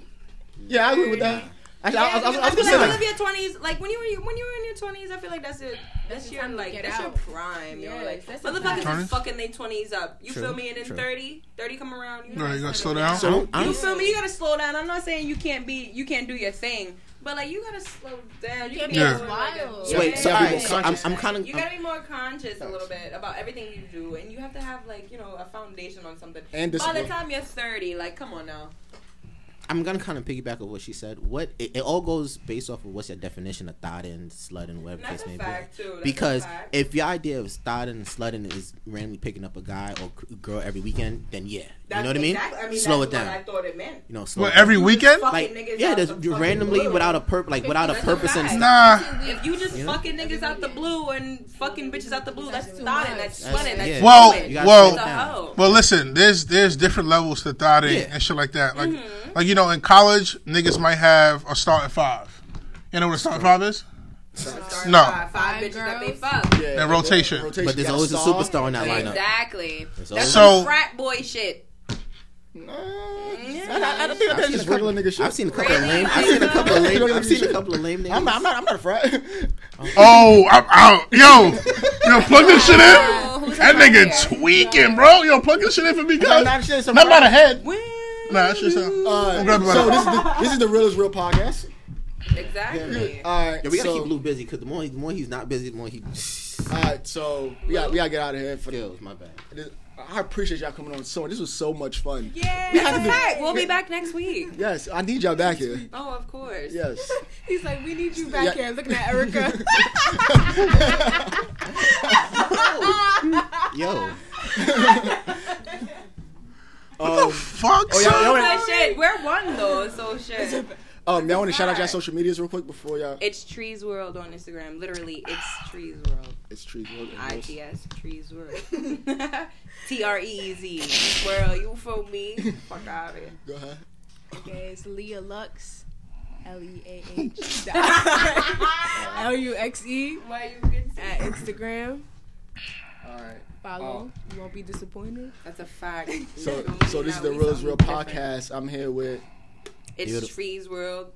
S4: yeah, I agree with that. Actually, I, I, I, was- I was
S6: feel
S4: gonna say
S6: like
S4: like,
S6: your twenties, like when you were when you were in your twenties, I feel like that's it. That's your
S2: time to
S6: like
S2: get
S6: that's your
S2: out.
S6: prime, yo.
S2: Yes,
S6: Like
S2: that's a fact.
S6: motherfuckers
S1: Twenties?
S6: is fucking their twenties up. You
S5: True,
S6: feel me? And then
S5: true.
S6: 30, 30 come around. You,
S1: All right, you gotta
S6: gotta
S1: slow down.
S5: So, I
S6: You
S5: don't,
S6: feel me? You gotta slow down. I'm not saying you can't be, you can't do your thing, but like you gotta slow down. You can't
S2: can't be
S6: be
S1: Yeah.
S2: as wild.
S6: Yeah.
S5: wait, so,
S4: Yeah.
S5: all right, so I'm,
S4: Conscious.
S5: I'm kind of.
S6: You gotta be more conscious a little bit about everything you do, and you have to have like you know a foundation on something.
S4: And
S6: by the
S4: discipline.
S6: time you're thirty, like come on now.
S5: I'm gonna kind of piggyback on what she said. What it, it all goes based off of what's your definition of thought and slut and whatever
S6: And that's
S5: case may
S6: a
S5: be.
S6: fact too. That's
S5: because
S6: a fact.
S5: if your idea of thought and slutting is randomly picking up a guy or g- girl every weekend, then yeah, you
S6: That's
S5: know what I mean.
S6: exact-
S5: slow it
S6: that's what
S5: down.
S6: I thought it meant.
S5: you know, slow
S1: Well,
S5: it
S1: every
S5: down.
S1: weekend?
S6: Fucking
S5: like
S6: niggas
S5: yeah,
S6: out
S5: there's
S6: the
S5: you
S6: fucking
S5: randomly
S6: blue.
S5: without a purpose, like without a
S6: That's a
S5: purpose and
S6: fact.
S5: stuff.
S1: Nah.
S6: If you just
S5: You know?
S6: fucking niggas out the blue and fucking bitches out the blue, that's
S2: too
S6: starting,
S2: much.
S6: that's
S5: That's-
S6: sweating,
S5: yeah.
S6: that's
S1: Well,
S6: doing.
S5: gotta
S1: well-
S5: slow it
S6: It's a
S5: down.
S6: hoe.
S1: Well, listen, there's there's different levels to thotting
S5: Yeah.
S1: and shit like that. Like like you know, in college, niggas might have a start at five. You know what a start at five is?
S6: Starting
S1: No.
S6: five, five
S2: Five
S6: bitches that they
S2: girls.
S6: fuck.
S4: yeah,
S1: That rotation.
S5: But there's
S4: got
S5: always a
S4: star.
S5: superstar in that lineup.
S6: Exactly. That's
S5: always-
S1: So-
S6: some frat boy shit.
S4: Nah, I, I don't think that's just regular nigga shit.
S5: I've seen a couple of
S6: Really?
S5: lame. I've seen a couple of lame.
S4: Regular
S5: I've seen a
S4: shit.
S5: couple of lame.
S4: I'm
S5: Names.
S4: not, I'm not, I'm not a frat.
S1: Oh, I'm out. Yo, yo, plug this shit in.
S6: who's
S1: That
S6: a
S1: nigga tweaking, bro. Yo, plug this shit in for me,
S4: I'm
S1: guys.
S4: not shit. So
S1: Not by the head. Nah, that shit
S4: Uh,
S1: sound. grab it by
S4: so
S1: the-
S4: this is the, this is the realest real podcast.
S6: Exactly.
S4: All right,
S5: Yeah, we gotta
S4: so,
S5: keep Lou busy because the more he, the more he's not busy, the more he. (laughs) Skills,
S4: All right, so we got we gotta get out of here for the
S5: my bad.
S4: This- I appreciate y'all coming on so much. This was so much fun.
S6: Yeah.
S4: We had to do-
S6: We'll be back next week.
S5: (laughs)
S4: Yes, I need y'all back here.
S6: Oh, of course.
S4: Yes.
S2: He's like, we need you back
S4: Yeah.
S2: here. Looking at
S5: (laughs)
S2: Erica.
S5: Yo,
S4: Um,
S1: Fuck.
S4: oh, y'all, y'all
S6: But
S4: wanna,
S6: shit, we're one though,
S5: (laughs)
S6: so shit.
S4: um, y'all wanna shout out y'all social medias real quick before y'all.
S6: It's Trees World on Instagram. Literally, it's Trees World.
S4: It's trees. World.
S6: I T S Trees World. (laughs) T R E E Z World. You feel me? Fuck out of here.
S4: Go ahead.
S2: okay, it's Leah Lux. L E A H. L U X E.
S6: Why you good?
S2: At Instagram.
S4: All right.
S2: Follow. You won't be disappointed.
S6: That's a fact.
S4: So,
S6: Literally,
S4: so this is
S6: now
S4: the
S6: we
S4: Real is
S6: something
S4: Real
S6: different.
S4: podcast. I'm here with.
S6: It's
S5: Beautiful.
S6: Trees World.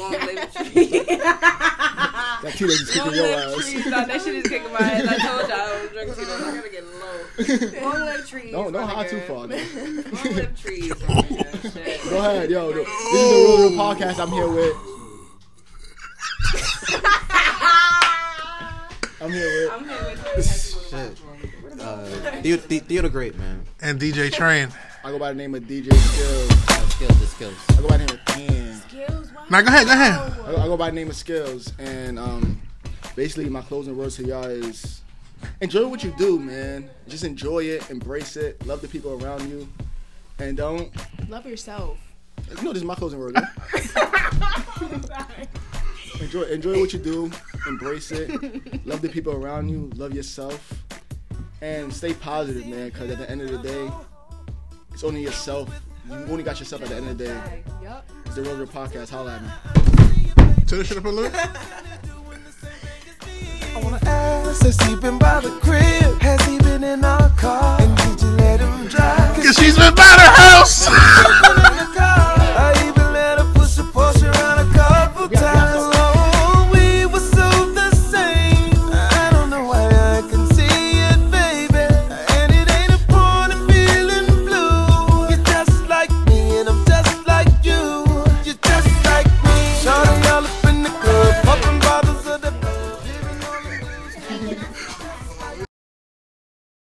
S6: Long live trees. Ah.
S4: That kid is
S6: Long
S4: kicking your
S6: live
S4: ass.
S6: trees. No, that shit is kicking my ass. I told y'all I was drinking too much. I gotta get low. Long live trees.
S4: (laughs) No, no,
S6: my
S4: how too
S6: nigga.
S4: far. though.
S6: Long live
S4: (laughs)
S6: trees. my nigga. Shit.
S4: Go ahead, yo. This is the Real Real podcast. I'm
S6: (laughs)
S4: here with. I'm here with.
S6: I'm here with
S5: Shit. Uh, Theo, the, Theo the Great, man.
S1: And DJ Train.
S4: I go by the name of DJ Skills.
S5: Skills is skills.
S4: I go by the name of Pan.
S2: Skills, wow.
S1: Now go ahead, go ahead.
S4: I go, I go by the name of Skills, and um, basically my closing words to y'all is enjoy what you do, man. Just enjoy it, embrace it, love the people around you, and don't.
S2: Love yourself.
S4: You know, this is my closing
S2: (laughs)
S4: word. man. enjoy, enjoy what you do, embrace it, love the people around you, love yourself, and stay positive, man. Because at the end of the day, it's only yourself. You only got yourself at the end of the day.
S2: Yup.
S4: It's the Road Rip Podcast. Holla at me.
S1: Turn this shit up a little.
S10: I wanna ask, has he been by the crib? Has he been in our car? And did you let him drive?
S1: Cause she's been by the house.